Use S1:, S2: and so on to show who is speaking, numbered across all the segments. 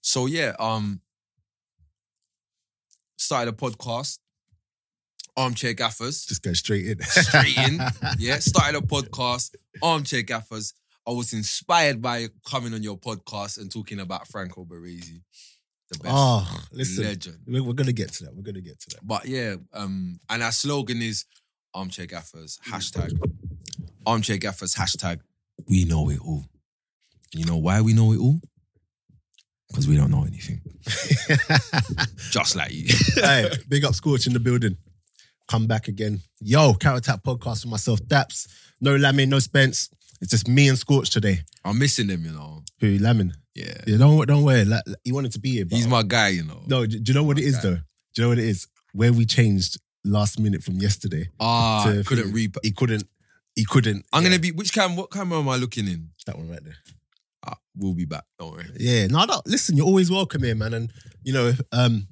S1: So yeah, um, started a podcast, Armchair Gaffers.
S2: Just go straight in.
S1: Straight in. Yeah, started a podcast, Armchair Gaffers. I was inspired by coming on your podcast and talking about Franco Baresi, the best
S2: Oh, listen.
S1: legend.
S2: We're, we're gonna get to that. We're gonna get to that.
S1: But yeah, um, and our slogan is armchair gaffers, hashtag armchair gaffers, hashtag we know it all. You know why we know it all? Because we don't know anything. Just like you.
S2: hey, big up Scorch in the building. Come back again. Yo, Carrot Tap podcast with myself, Daps. No Lamin, no Spence. It's just me and Scorch today.
S1: I'm missing him, you know.
S2: Who Lamin?
S1: Yeah.
S2: Yeah, don't don't worry. Like, he wanted to be here, but
S1: He's my guy, you know.
S2: no. Do, do you know what it is
S1: Okay.
S2: though? Do you know what it is? Where we changed last minute from yesterday,
S1: Ah,
S2: To-
S1: couldn't re.
S2: he couldn't. He couldn't.
S1: I'm
S2: Yeah,
S1: gonna be which cam? What camera am I looking in?
S2: that one right there.
S1: Ah, we'll be back. Don't worry.
S2: Yeah, no, no, listen, you're always welcome here, man. And you know, um,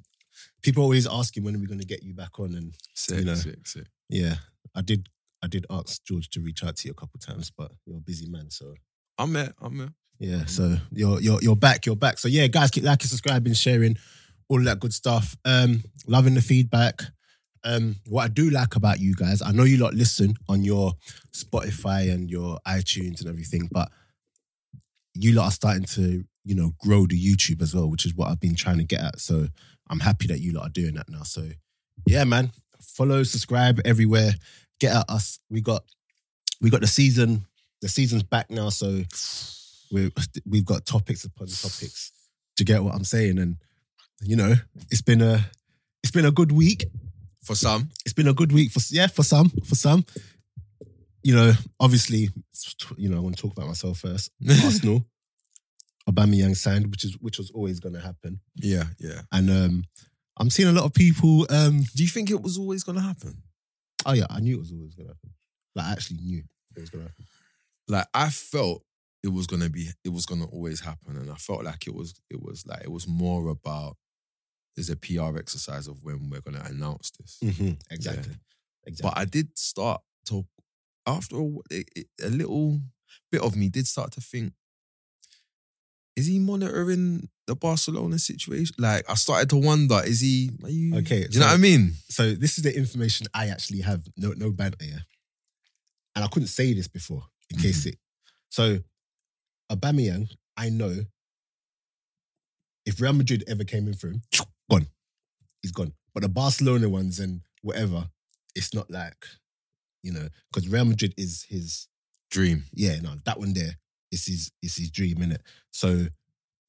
S2: people always asking when are we going to get you back on, and
S1: Sick,
S2: You know.
S1: sick, sick.
S2: Yeah, I did. I did ask George to reach out to you a couple times, but you're a busy man, so
S1: I'm there. I'm there.
S2: yeah. So you're you're you're back. You're back. So yeah, guys, keep liking, subscribing, sharing, all that good stuff. Um, loving the feedback. Um, what I do like about you guys, I know you lot listen on your Spotify and your iTunes and everything, but you lot are starting to you know grow the YouTube as well, which is what I've been trying to get at. So I'm happy that you lot are doing that now. So yeah, man, follow, subscribe everywhere. Get at us. We got we got the season. The season's back now, so we we've got topics upon topics. Do you get what I'm saying? And you know, it's been a it's been a good week.
S1: For some,
S2: It's been a good week for yeah for some for some. You know, obviously, you know I want to talk about myself first. Arsenal, Aubameyang signed, which is which was always going to happen,
S1: yeah, yeah.
S2: and um, I'm seeing a lot of people. Um,
S1: Do you think it was always gonna happen?
S2: oh yeah, I knew it was always going to happen. Like I actually knew it was going to happen.
S1: like I felt it was gonna be it was gonna always happen. And I felt like it was it was like it was more about is a PR exercise of when we're gonna announce this.
S2: Mm. Exactly, exactly.
S1: But I did start to after a, wh- it- it- a little bit of me did start to think, is he monitoring the Barcelona situation? Like I started to wonder, is he are you
S2: Okay,
S1: Do you know
S2: so-
S1: what I mean?
S2: So this is the information I actually have. No, no banter, yeah. And I couldn't say this before in case it. So, Aubameyang, I know. If Real Madrid ever came in for him, gone, he's gone. But the Barcelona ones and whatever, it's not like, you know, because Real Madrid is his.
S1: Dream.
S2: Yeah, no, that one there is his. Is his dream innit? So,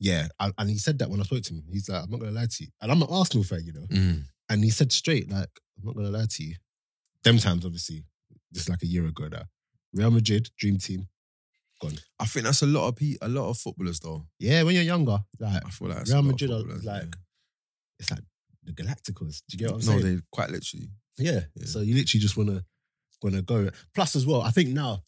S2: yeah, I, and he said that when I spoke to him. He's like, I'm not gonna lie to you, and I'm an Arsenal fan, you know.
S1: Mm.
S2: And he said straight, like, I'm not gonna lie to you. Them times, obviously, just like a year ago now. Real Madrid, dream team.
S1: I think that's a lot of pe- a lot of footballers though.
S2: Yeah, when you're younger, like
S1: I feel like that's a
S2: Real
S1: lot of
S2: Madrid are
S1: footballers,
S2: like
S1: yeah.
S2: it's like the Galacticos. Do you get what I'm
S1: no,
S2: saying?
S1: they quite literally.
S2: yeah.
S1: yeah.
S2: So you literally just wanna wanna go. Plus as well, I think now,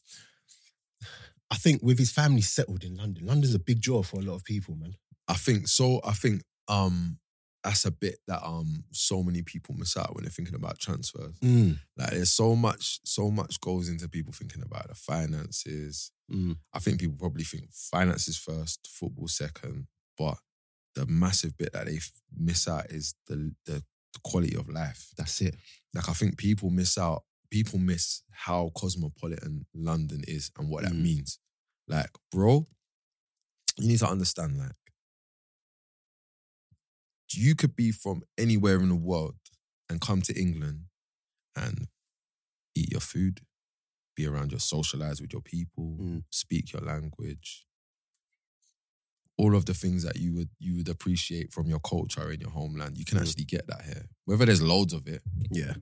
S2: I think with his family settled in London, London's a big draw for a lot of people, man.
S1: I think so. I think um that's a bit that um so many people miss out when they're thinking about transfers.
S2: Mm.
S1: Like there's so much, so much goes into people thinking about the finances.
S2: Mm.
S1: I think people probably think finances first, football second, but the massive bit that they f- miss out is the the, the quality of life.
S2: That's it.
S1: Like I think people miss out. People miss how cosmopolitan London is and what that
S2: Mm.
S1: means. Like, bro, you need to understand. Like, you could be from anywhere in the world and come to England and eat your food, be around your socialize with your people,
S2: Mm.
S1: speak your language. All of the things that you would you would appreciate from your culture in your homeland, you can
S2: Mm.
S1: actually get that here. Whether there's loads of it,
S2: Yeah.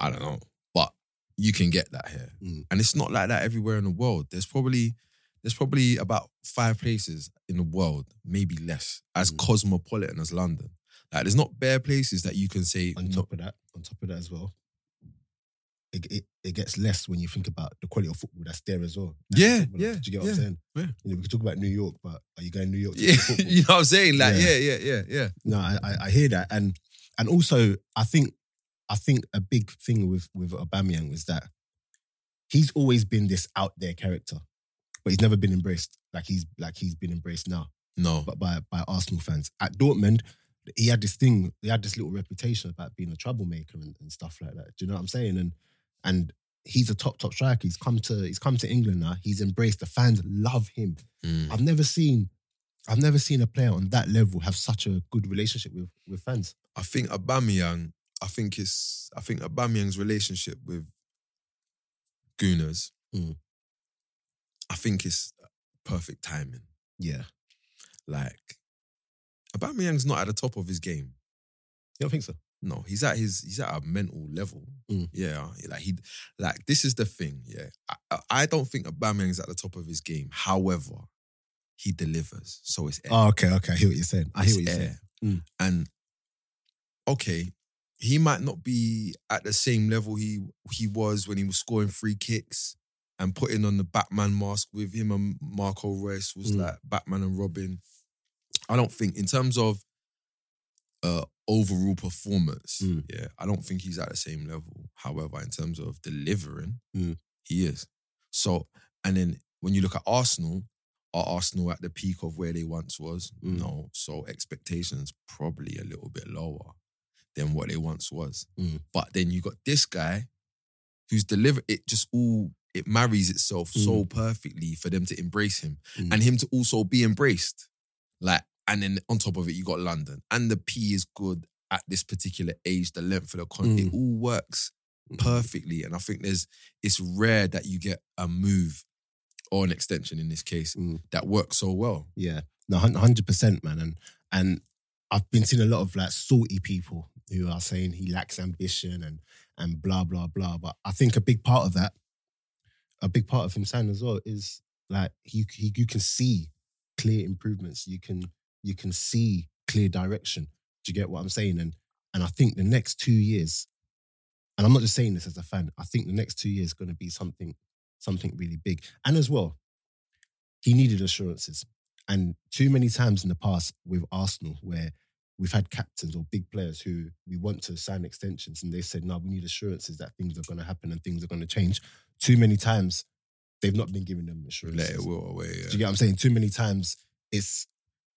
S1: I don't know, but you can get that here,
S2: Mm.
S1: and it's not like that everywhere in the world. There's probably there's probably about five places in the world, maybe less, as
S2: Mm.
S1: cosmopolitan as London. Like there's not bare places that you can say
S2: on top of that, on top of that as well, it, it, it gets less when you think about the quality of football that's there as well. That's
S1: Yeah,
S2: the football.
S1: yeah,
S2: Do you get what I'm
S1: yeah,
S2: saying?
S1: yeah.
S2: You know, we can talk about New York, but are you going to New York to
S1: Yeah,
S2: play football?
S1: you know what I'm saying? Like,
S2: Yeah.
S1: yeah, yeah, yeah, yeah.
S2: No, I, I, I hear that, and and also I think I think a big thing with with Aubameyang was that he's always been this out there character, but he's never been embraced. Like he's like he's been embraced now.
S1: No.
S2: but by by Arsenal fans. At Dortmund, he had this thing, he had this little reputation about being a troublemaker and, and stuff like that. Do you know what I'm saying? And and he's a top top striker. He's come to he's come to England now. He's embraced the fans love him.
S1: Mm.
S2: I've never seen I've never seen a player on that level have such a good relationship with with fans.
S1: I think Aubameyang. I think it's. I think Aubameyang's relationship with Gunners.
S2: Mm.
S1: I think it's perfect timing.
S2: Yeah.
S1: Like Aubameyang's not at the top of his game.
S2: You don't think so?
S1: No, he's at his. He's at a mental level.
S2: Mm.
S1: Yeah, like he. Like this is the thing. Yeah, I, I- I don't think Aubameyang's at the top of his game. However, he delivers. So it's air.
S2: Oh, okay, okay. I hear what you're saying. I hear
S1: It's
S2: what you're saying.
S1: air.
S2: Mm.
S1: And okay, he might not be at the same level he he was when he was scoring free kicks and putting on the Batman mask with him and Marco Reus was
S2: Mm.
S1: like Batman and Robin. I don't think in terms of uh overall performance,
S2: Mm.
S1: yeah, I don't think he's at the same level. However, in terms of delivering,
S2: Mm.
S1: he is. So and then when you look at Arsenal, are Arsenal at the peak of where they once was?
S2: Mm.
S1: No. So expectations probably a little bit lower than what they once was.
S2: Mm.
S1: But then you got this guy who's delivered it just all it marries itself so perfectly for them to embrace him
S2: Mm.
S1: and him to also be embraced. Like and then on top of it you got London and the P is good at this particular age, the length of the con it
S2: Mm. Mm-hmm.
S1: all works perfectly. And I think there's it's rare that you get a move or an extension in this case
S2: Mm.
S1: that works so well.
S2: Yeah, no, hundred percent, man. And and I've been seeing a lot of like salty people who are saying he lacks ambition and and blah blah blah. But I think a big part of that, a big part of him saying as well is like you he, you can see clear improvements. You can you can see clear direction. Do you get what I'm saying? And and I think the next two years, and I'm not just saying this as a fan. I think the next two years going to be something something really big. And as well, he needed assurances. And too many times in the past with Arsenal, where we've had captains or big players who we want to sign extensions, and they said, "No, we need assurances that things are going to happen and things are going to change." Too many times, they've not been giving them assurances.
S1: Let it will away. Yeah.
S2: Do you get what I'm saying? Too many times, it's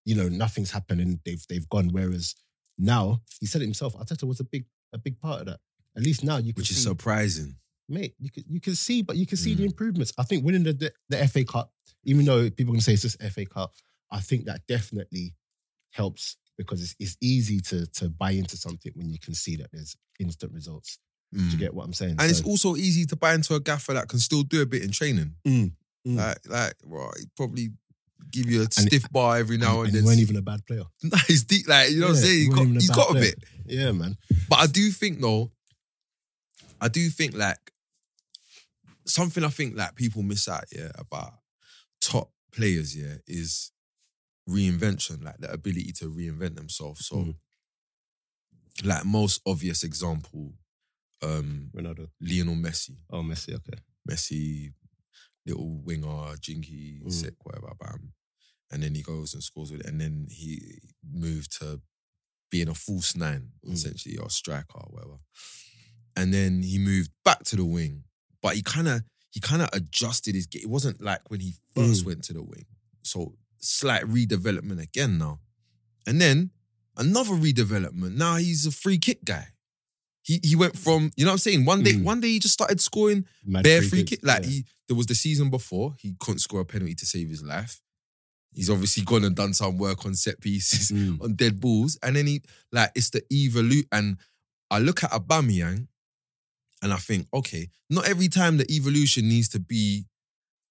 S2: you know nothing's happened and they've they've gone. Whereas now, he said it himself, Arteta was a big a big part of that. At least now you can
S1: Which is
S2: see-
S1: surprising.
S2: mate, you can you can see, but you can see the
S1: Mm.
S2: improvements. I think winning the, the the FA Cup, even though people can say it's just FA Cup, I think that definitely helps because it's it's easy to to buy into something when you can see that there's instant results. Do you
S1: Mm.
S2: get what I'm saying?
S1: And it's
S2: So-
S1: also easy to buy into a gaffer that can still do a bit in training.
S2: Mm. Mm.
S1: Like, like, well, he'd probably give you a stiff bar every now and,
S2: and, and he
S1: then.
S2: weren't even a bad player.
S1: Nah, he's deep, like you know what I'm
S2: Yeah,
S1: saying.
S2: he
S1: He
S2: wasn't
S1: got,
S2: even a
S1: he's
S2: bad
S1: got a
S2: player.
S1: bit.
S2: Yeah, man.
S1: But I do think though, I do think like something I think like people miss out, yeah, about top players, yeah, is reinvention, like the ability to reinvent themselves. So
S2: Mm.
S1: like most obvious example, um,
S2: Ronaldo.
S1: Lionel Messi.
S2: Oh, Messi. Okay.
S1: Messi, little winger, jinky,
S2: Mm.
S1: sick, whatever, bam. And then he goes and scores with it. And then he moved to being a false nine,
S2: Mm.
S1: essentially, or striker or whatever. And then he moved back to the wing. But he kind of he kind of adjusted his game. It wasn't like when he first
S2: Mm.
S1: went to the wing. So slight redevelopment again now. And then another redevelopment. Now he's a free kick guy. He he went from, you know what I'm saying? One day,
S2: Mm.
S1: one day he just started scoring
S2: Mad
S1: bare free
S2: kicks.
S1: kick. Like
S2: Yeah.
S1: he, there was the season before he couldn't score a penalty to save his life. He's obviously gone and done some work on set pieces,
S2: Mm.
S1: on dead balls, and then he like it's the evolute. And I look at Aubameyang, and I think, okay, not every time the evolution needs to be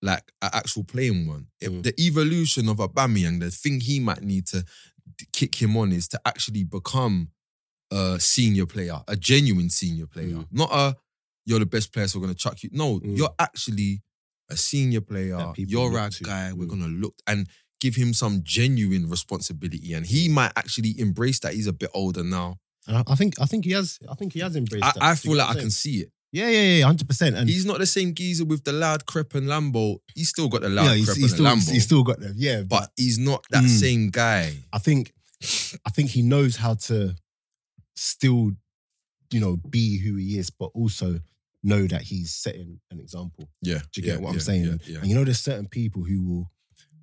S1: like an actual playing one. If
S2: Mm.
S1: The evolution of Aubameyang, the thing he might need to d- kick him on is to actually become a senior player, a genuine senior player,
S2: Mm.
S1: not a you're the best player, so we're gonna chuck you. No,
S2: Mm.
S1: you're actually a senior player.
S2: That people
S1: You're
S2: look
S1: our
S2: to.
S1: guy. We're
S2: Mm.
S1: gonna look and give him some genuine responsibility, and he might actually embrace that. He's a bit older now.
S2: And Uh, I, I think I think he has I think he has embraced.
S1: I,
S2: that.
S1: I
S2: Do you
S1: feel
S2: get
S1: like
S2: what
S1: I
S2: I'm
S1: can
S2: saying?
S1: see it.
S2: Yeah, yeah, yeah, hundred percent. And
S1: He's not the same geezer with the loud crep and Lambo. He's still got the loud
S2: yeah, he's,
S1: crep
S2: he's
S1: and
S2: still
S1: Lambo,
S2: he's still got them. Yeah,
S1: but he's not that
S2: Mm.
S1: same guy.
S2: I think I think he knows how to still, you know, be who he is, but also know that he's setting an example.
S1: Yeah,
S2: Do you
S1: yeah,
S2: get what
S1: yeah,
S2: I'm saying?
S1: Yeah, yeah.
S2: And you know, there's certain people who will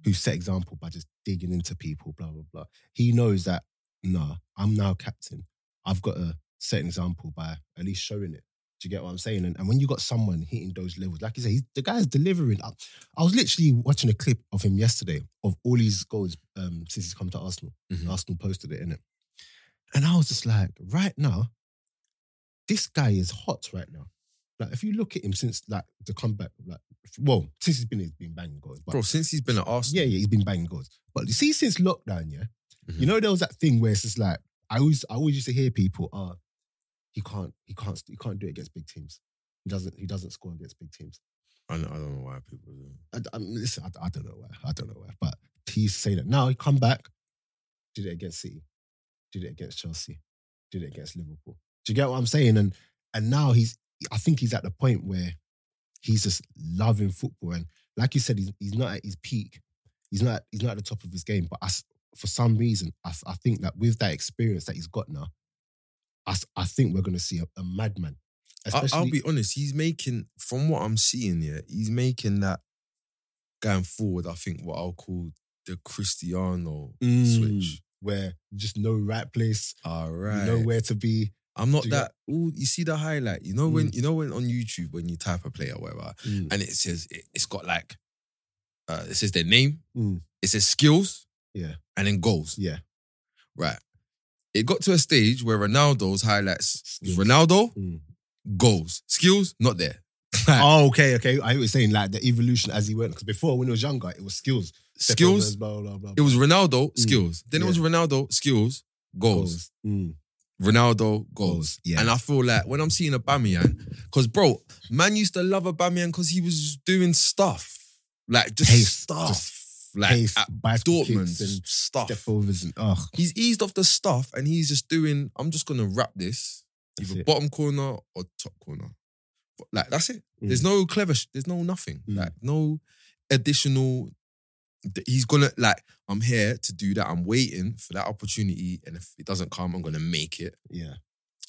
S2: who set example by just digging into people, blah, blah, blah. He knows that, nah, I'm now captain. I've got to set an example by at least showing it. Do you get what I'm saying? And, and when you got someone hitting those levels, like you say, he's, the guy's delivering. I, I was literally watching a clip of him yesterday of all his goals um, since he's come to Arsenal.
S1: Mhm.
S2: Arsenal posted it in it. And I was just like, right now, this guy is hot right now. Like if you look at him since like the comeback, like well, since he's been he's been banging goals. But
S1: Bro, since he's been at Arsenal,
S2: yeah, yeah, he's been banging goals. But you see, since lockdown, yeah,
S1: Mhm.
S2: you know there was that thing where it's just like I always, I always used to hear people, uh, he can't, he can't, he can't do it against big teams. He doesn't, he doesn't score against big teams.
S1: I, don't, I don't know why people do.
S2: I, I mean, listen, I, I don't know where, I don't know where, but he used to say that. Now he come back, did it against City, did it against Chelsea, did it against Liverpool. Do you get what I'm saying? And and now he's, I think he's at the point where he's just loving football. And like you said, he's, he's not at his peak. He's not he's not at the top of his game. But I s for some reason, I, s- I think that with that experience that he's got now, I, s- I think we're going to see a, a madman.
S1: I, I'll
S2: Especially-
S1: be honest. He's making, from what I'm seeing here, he's making that going forward. I think what I'll call the Cristiano
S2: Mm,
S1: switch.
S2: where just no right place.
S1: All
S2: You
S1: right,
S2: know where to Mm. be.
S1: I'm not
S2: Do you
S1: that. Ooh, you see the highlight. You know when you know when on YouTube when you type a player or whatever, and it says it, it's got like, uh, it says their name,
S2: Mm.
S1: it says skills,
S2: Yeah.
S1: and then goals.
S2: Yeah.
S1: Right. It got to a stage where Ronaldo's highlights was
S2: Skills.
S1: Ronaldo
S2: Mm.
S1: goals, skills not there.
S2: Oh, okay, okay. I was saying like the evolution as he went because before when he was younger, it was skills, Step overs,
S1: skills.
S2: blah blah blah.
S1: It was Ronaldo
S2: Mm.
S1: skills. Then it was Ronaldo skills goals.
S2: Mm.
S1: Ronaldo
S2: Goals,
S1: goals.
S2: yeah.
S1: And I feel like when I'm seeing Aubameyang, because bro, man used to love Aubameyang because he was doing stuff, like just
S2: Pace,
S1: stuff,
S2: just
S1: like
S2: Pace,
S1: at
S2: bicycle
S1: Dortmund
S2: kicks and
S1: stuff.
S2: step overs and oh,
S1: He's eased off the stuff and he's just doing. I'm just gonna wrap this
S2: That's
S1: either
S2: it.
S1: bottom corner or top corner. But, Like that's it.
S2: Mm.
S1: There's no clever. Sh- there's no nothing.
S2: Mm.
S1: Like no additional. th- He's gonna like. I'm here to do that. I'm waiting for that opportunity, and if it doesn't come, I'm gonna make it.
S2: yeah,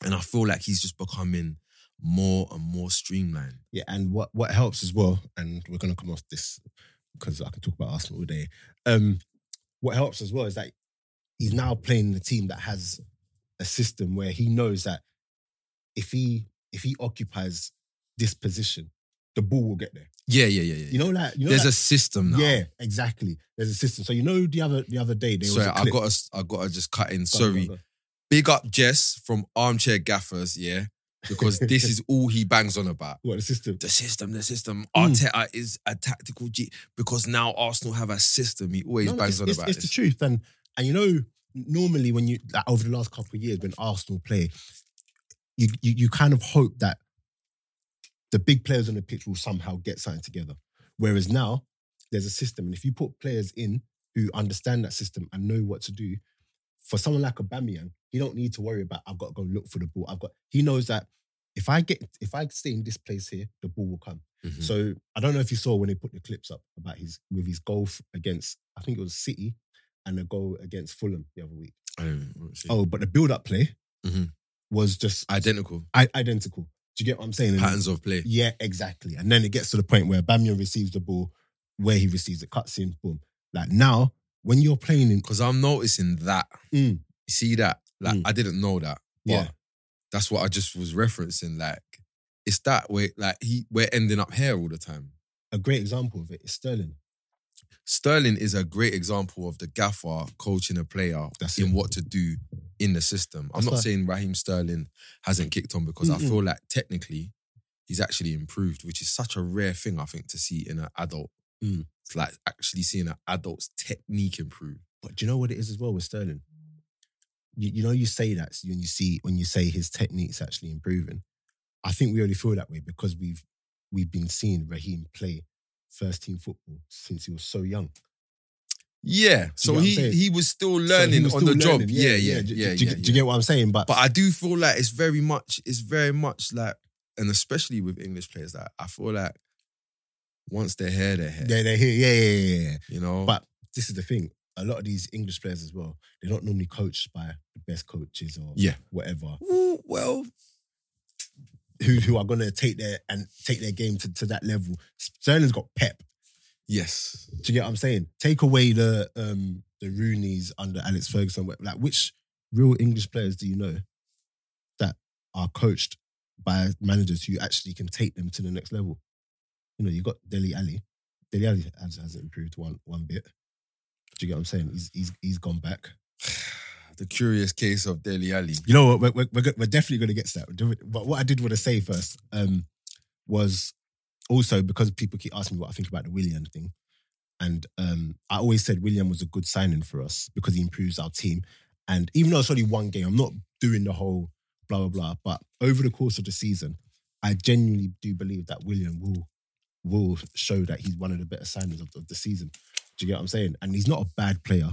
S1: And I feel like he's just becoming more and more streamlined.
S2: yeah. And what what helps as well, and we're gonna come off this because I can talk about Arsenal all day. Um, what helps as well is that he's now playing the team that has a system where he knows that if he if he occupies this position, the ball will get there.
S1: Yeah, yeah, yeah, yeah.
S2: You know, like you know,
S1: there's
S2: like-
S1: a system now.
S2: Yeah, exactly. There's a system. So you know the other the other day there
S1: Sorry,
S2: was a
S1: I
S2: clip.
S1: gotta, I gotta just cut in.
S2: Go on,
S1: Sorry,
S2: go on, go on.
S1: big up Jess from Armchair Gaffers, yeah, because this is all he bangs on about.
S2: What the system?
S1: The system, the system.
S2: Mm.
S1: Arteta is a tactical G because now Arsenal have a system. He always
S2: No, no,
S1: bangs
S2: it's,
S1: on
S2: it's-
S1: about
S2: it's
S1: this.
S2: the truth, and and you know normally when you like, over the last couple of years when Arsenal play, you, you you kind of hope that the big players on the pitch will somehow get something together. Whereas now there's a system, and if you put players in who understand that system and know what to do, for someone like Aubameyang, he don't need to worry about I've got to go look for the ball. I've got he knows that if I get if I stay in this place here, the ball will come.
S1: Mhm.
S2: So I don't know if you saw when they put the clips up about his with his goal f- against I think it was City and a goal against Fulham the other week.
S1: I don't know, see.
S2: Oh, but the build up play
S1: Mhm.
S2: was just
S1: Identical
S2: I- identical. Do you get what I'm saying? And-
S1: patterns of play.
S2: Mm. yeah, exactly. And then it gets to the point where Bamian receives the ball, where he receives it, cuts in, boom. Like now, when you're playing in,
S1: Because I'm noticing that. You
S2: Mm.
S1: see that? Like
S2: Mm.
S1: I didn't know that. But
S2: Yeah.
S1: that's what I just was referencing. Like it's that way. Like he, we're ending up here all the time.
S2: a great example of it is Sterling.
S1: Sterling is a great example of the gaffer coaching a player
S2: That's
S1: in
S2: it.
S1: what to do in the system. I'm
S2: That's
S1: not
S2: right.
S1: saying Raheem Sterling hasn't kicked on because I
S2: Mm-mm.
S1: feel like technically he's actually improved, which is such a rare thing I think to see in an adult.
S2: Mm.
S1: It's like actually seeing an adult's technique improve.
S2: But do you know what it is as well with Sterling? You, you know, you say that so when you see when you say his technique's actually improving. I think we only feel that way because we've we've been seeing Raheem play first team football since he was so young.
S1: Yeah.
S2: get
S1: So
S2: what I'm
S1: he
S2: saying?
S1: he was still
S2: So he
S1: learning
S2: was
S1: on
S2: still
S1: the job.
S2: learning.
S1: Yeah, yeah, yeah.
S2: Do,
S1: yeah,
S2: do- do you get what I'm saying? But,
S1: But I do feel like it's very much, it's very much like, and especially with English players, like I feel like once they're here, they're here.
S2: yeah, they're here. Yeah, yeah, yeah, yeah.
S1: You know,
S2: But this is the thing. A lot of these English players as well, they're not normally coached by the best coaches or
S1: Yeah.
S2: whatever,
S1: Ooh, well,
S2: who who are gonna take their and take their game to, to that level. Sterling's got pep.
S1: yes,
S2: Do you get what I'm saying? Take away the um the Rooneys under Alex Ferguson? Wh- Like, which real English players do you know that are coached by managers who actually can take them to the next level? You know, you got Deli Ali. Deli Ali has, hasn't improved one one bit. Do you get what I'm saying? He's he's he's gone back.
S1: The curious case of Deli Ali.
S2: You know what? We're, we're, we're, go- we're definitely going to get to that. But what I did want to say first um, was also because people keep asking me what I think about the Willian thing. And um, I always said William was a good signing for us because he improves our team. And even though it's only one game, I'm not doing the whole blah, blah, blah. But over the course of the season, I genuinely do believe that William will will show that he's one of the better signings of, of the season. Do you get what I'm saying? And he's not a bad player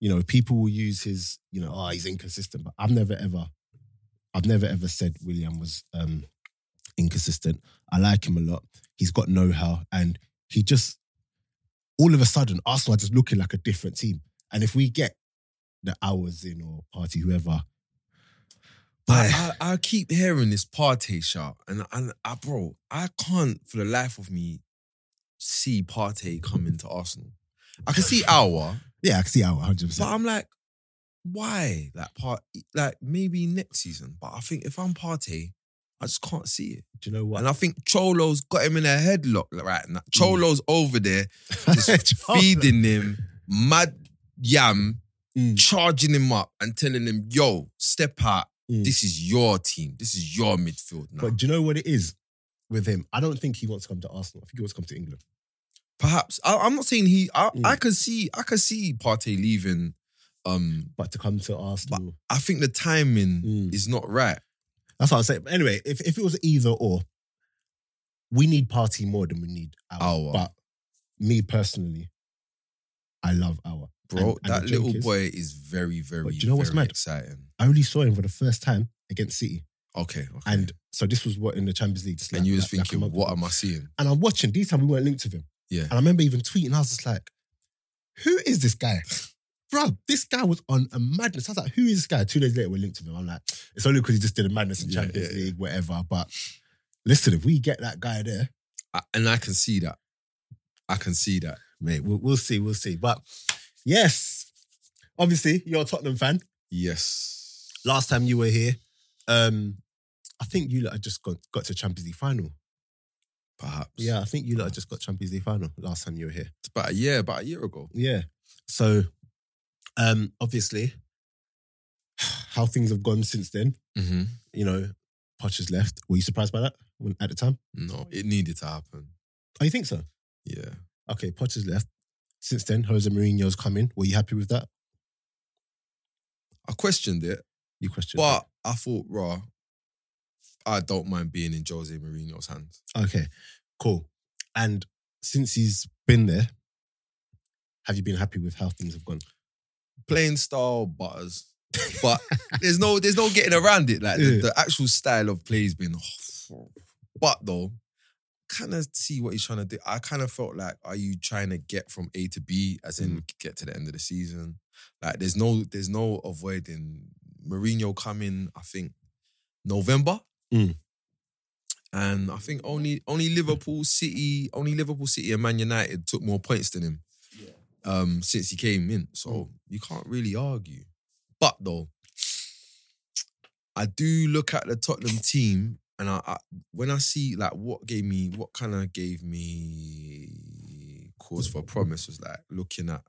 S2: you know, people will use his, you know, oh, he's inconsistent. But I've never ever, I've never ever said William was um inconsistent. I like him a lot. He's got know-how and he just all of a sudden Arsenal are just looking like a different team. And if we get the hours in or party, whoever, but
S1: I, I, I keep hearing this Partey shout, and and I, bro, I can't for the life of me see Partey coming to Arsenal. I can see Awa,
S2: yeah, I can see how 100
S1: but
S2: percent
S1: I'm like, why? Like part, like maybe next season. But I think if I'm Partey, I just can't see it.
S2: Do you know what?
S1: And I think Cholo's got him in a headlock right
S2: Mm.
S1: now. Cholo's over there just feeding him mad yam,
S2: Mm,
S1: charging him up and telling him, yo, step out.
S2: mm.
S1: This is your team. This is your midfield now.
S2: But do you know what it is with him? I don't think he wants to come to Arsenal. I think he wants to come to England.
S1: Perhaps I, I'm not saying he. I,
S2: Mm.
S1: I can see. I can see Partey leaving. Um,
S2: But to come to Arsenal.
S1: I think the timing
S2: Mm.
S1: is not right.
S2: That's what I'm saying. But anyway, if, if it was either or, we need party more than we need our.
S1: Awa.
S2: But me personally, I love our.
S1: Bro,
S2: And- and
S1: that
S2: the joke
S1: little
S2: is-
S1: boy is very, very,
S2: But do you know what's
S1: very
S2: mad?
S1: exciting.
S2: I only saw him for the first time against City,
S1: Okay, okay.
S2: and so this was what in the Champions League. just
S1: and
S2: like-
S1: you was
S2: like- like a
S1: thinking,
S2: month
S1: what
S2: ago.
S1: am I seeing?
S2: And I'm watching. These time we weren't linked with him.
S1: Yeah.
S2: And I remember even tweeting. I was just like, "Who is this guy, bro? This guy was on a madness." I was like, "Who is this guy?" Two days later, we're linked with him. I'm like, "It's only because he just did a madness in
S1: Yeah,
S2: Champions
S1: yeah, yeah.
S2: League, whatever." But listen, if we get that guy there.
S1: I, and I can see that. I can see that.
S2: mate. We'll, we'll see, we'll see. But yes, obviously you're a Tottenham fan.
S1: Yes.
S2: Last time you were here, um, I think you lot had just got, got to Champions League final.
S1: Perhaps.
S2: Yeah, I think you lot had just got Champions League final last time you were here.
S1: It's about a year, about a year ago.
S2: Yeah. So, um, obviously, how things have gone since then.
S1: Mm-hmm.
S2: You know, Poch has left. Were you surprised by that when, at the time?
S1: No, it needed to happen.
S2: Oh, you think so?
S1: Yeah.
S2: Okay, Poch has left. Since then, Jose Mourinho's come in. Were you happy with that?
S1: I questioned it,
S2: You questioned. it.
S1: but I thought, raw, I don't mind being in Jose Mourinho's hands.
S2: Okay, cool. And since he's been there, have you been happy with how things have gone?
S1: Plain style butters. But there's no there's no getting around it. Like the,
S2: Yeah.
S1: the actual style of play has been but though, kind of see what he's trying to do. I kind of felt like, are you trying to get from A to B as in
S2: Mm.
S1: get to the end of the season? Like there's no there's no avoiding Mourinho coming, I think, November.
S2: Mm.
S1: And I think only only Liverpool City, only Liverpool City and Man United took more points than him um, since he came in. So
S2: Mm.
S1: you can't really argue. But though, I do look at the Tottenham team, and I, I when I see like what gave me, what kind of gave me cause for promise was like looking at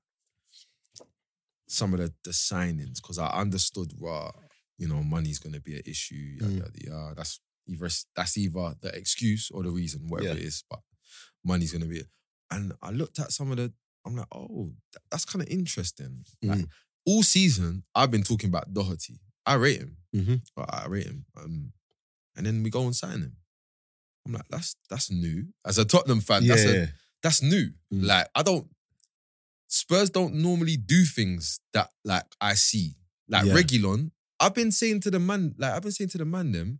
S1: some of the, the signings because I understood raw, you know, money's going to be an issue. Yada,
S2: Mm.
S1: yada, yada. That's either that's either the excuse or the reason, whatever
S2: Yeah.
S1: it is. But money's going to be. And I looked at some of the. I'm like, oh, that- that's kind of interesting. Like, all season, I've been talking about Doherty. I rate him.
S2: Mhm.
S1: Well, I rate him. Um, and then we go and sign him. I'm like, that's that's new. As a Tottenham
S2: Uh,
S1: fan, that's a, that's new.
S2: Mm.
S1: Like I don't Spurs don't normally do things that like I see. Like
S2: Yeah.
S1: Regulon, I've been saying to the man, like I've been saying to the man them,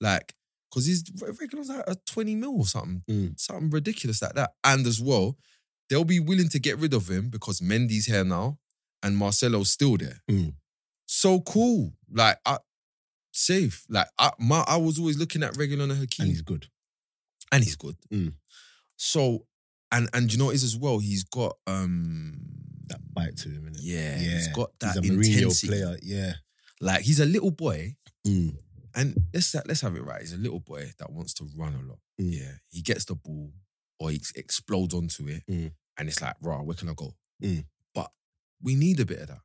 S1: like, cause he's Regulon's like a 20 mil or something,
S2: Mm.
S1: something ridiculous like that. And as well, they'll be willing to get rid of him because Mendy's here now and Marcelo's still there.
S2: Mm.
S1: So cool. Like I safe. Like I my I was always looking at Regulon and Hakeem
S2: and he's good.
S1: and he's good.
S2: Mm.
S1: So, and and you know what it is as well. He's got um
S2: that bite to him, innit?
S1: Yeah, he's
S2: Yeah.
S1: got that
S2: He's a Mourinho
S1: intensity.
S2: player. Yeah.
S1: Like he's a little boy,
S2: Mm.
S1: and let's let's have it right. He's a little boy that wants to run a lot.
S2: Mm.
S1: Yeah, he gets the ball or he explodes onto it,
S2: Mm.
S1: and it's like, rah, where can I go?
S2: Mm.
S1: But we need a bit of that.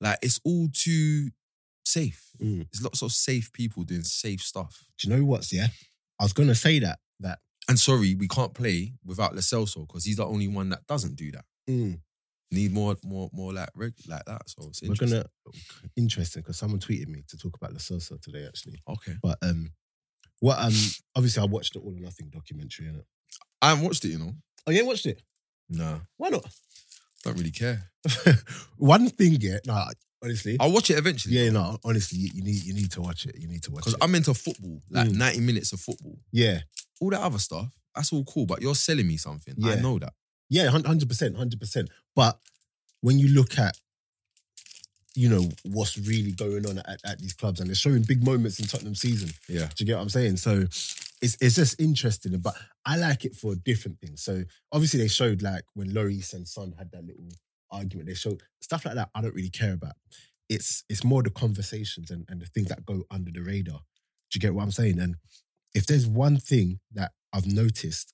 S1: Like it's all too safe.
S2: Mm.
S1: There's lots of safe people doing safe stuff.
S2: Do you know what's yeah? I was gonna say that that
S1: And sorry, we can't play without Lacelso because he's the only one that doesn't do that.
S2: mm,
S1: Need more, more, more like reg- like that. So it's
S2: we're
S1: interesting.
S2: gonna interesting because someone tweeted me to talk about La Sosa today actually.
S1: Okay,
S2: But um, what um, obviously I watched the All or Nothing documentary in it.
S1: I haven't watched it. You know,
S2: Oh, you ain't watched it?
S1: nah,
S2: Why not?
S1: don't really care.
S2: One thing, yeah. No, honestly,
S1: I'll watch it eventually.
S2: yeah, no, honestly, you, you need you need to watch it. You need to watch
S1: Because
S2: it.
S1: I'm into football, like
S2: Mm.
S1: 90 minutes of football.
S2: yeah,
S1: All that other stuff, that's all cool, but you're selling me something. I
S2: Yeah.
S1: know that.
S2: yeah, hundred percent, hundred percent. But when you look at you know what's really going on at, at these clubs, and they're showing big moments in Tottenham season.
S1: Yeah.
S2: Do you get what I'm saying? So it's it's just interesting, but I like it for different things. So obviously they showed like when Loris and Son had that little argument, they showed stuff like that I don't really care about. It's it's more the conversations and, and the things that go under the radar. Do you get what I'm saying? And if there's one thing that I've noticed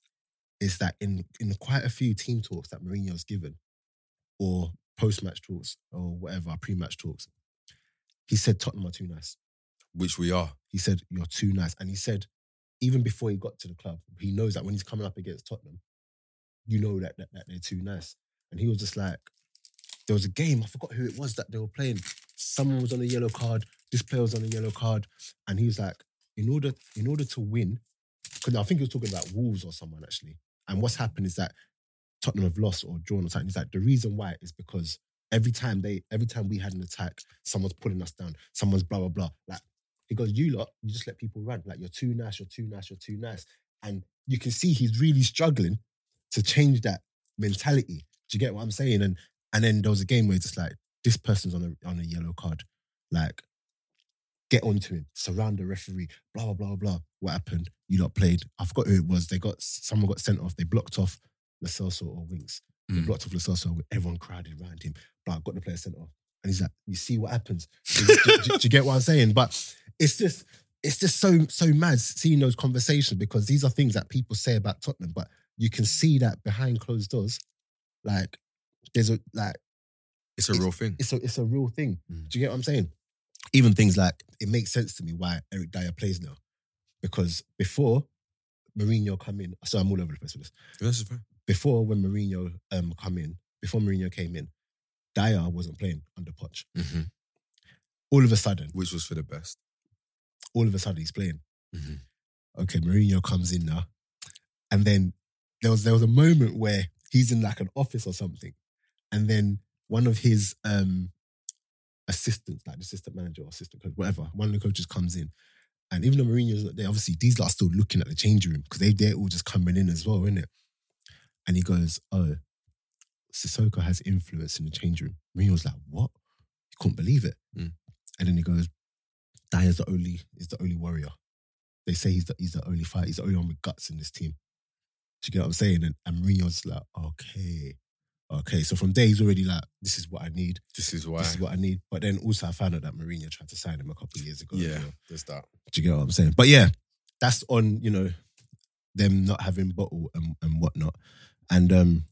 S2: is that in in quite a few team talks that Mourinho's given, or post match talks or whatever, pre match talks, he said Tottenham are too nice
S1: Which we are.
S2: he said, You're too nice. And he said, even before he got to the club, he knows that when he's coming up against Tottenham, you know that, that, that they're too nice. And he was just like, There was a game, I forgot who it was that they were playing. Someone was on a yellow card, this player was on a yellow card. And he was like, In order, in order to win, because I think he was talking about Wolves or someone actually. And what's happened is that Tottenham have lost or drawn or something. He's like, the reason why is because every time they, every time we had an attack, someone's pulling us down, someone's blah blah blah. Like he goes, you lot, you just let people run. Like you're too nice, you're too nice, you're too nice. And you can see he's really struggling to change that mentality. Do you get what I'm saying? And and then there was a game where it's just like this person's on a on a yellow card. Like, get onto him, surround the referee, blah blah blah blah. What happened? You lot played. I forgot who it was. They got someone got sent off. They blocked off Lacelso or Winks. They
S1: Mm.
S2: blocked off Lacelso. Everyone crowded around him. But got the player sent off. And he's like, you see what happens. do, do- do- do you get what I'm saying? But it's just it's just so so mad seeing those conversations because these are things that people say about Tottenham, but you can see that behind closed doors, like there's a like
S1: It's a real thing.
S2: it's a it's a real thing.
S1: Mm.
S2: Do you get what I'm saying? Even things like it makes sense to me why Eric Dyer plays now, because before Mourinho come in, so I'm all over the place with this.
S1: This is fine.
S2: Before when Mourinho um come in, before Mourinho came in, Dyer wasn't playing under Poch.
S1: Mhm.
S2: All of a sudden,
S1: Which was for the best.
S2: all of a sudden he's playing.
S1: Mhm.
S2: okay, Mourinho comes in now. And then there was there was a moment where he's in like an office or something. And then one of his um assistants, like the assistant manager or assistant coach, whatever, one of the coaches comes in. And even though Mourinho's not there, obviously these lot are still looking at the changing room because they they're all just coming in as well, isn't it? And he goes, Oh, Sissoko has influence in the change room. Mourinho's like, What? He couldn't believe it.
S1: Mm.
S2: And then he goes, Dyer's the only is the only warrior they say he's the, he's the only fight, he's the only one with guts in this team. Do you get what I'm saying? And, and Mourinho's like, okay, okay. So from there, he's already like, this is what I need.
S1: This is why.
S2: This is what I need. But then also, I found out that Mourinho tried to sign him a couple of years ago. as
S1: yeah,
S2: well.
S1: there's that.
S2: Do you get what I'm saying? But yeah, that's on, you know, them not having bottle and, and whatnot. And um,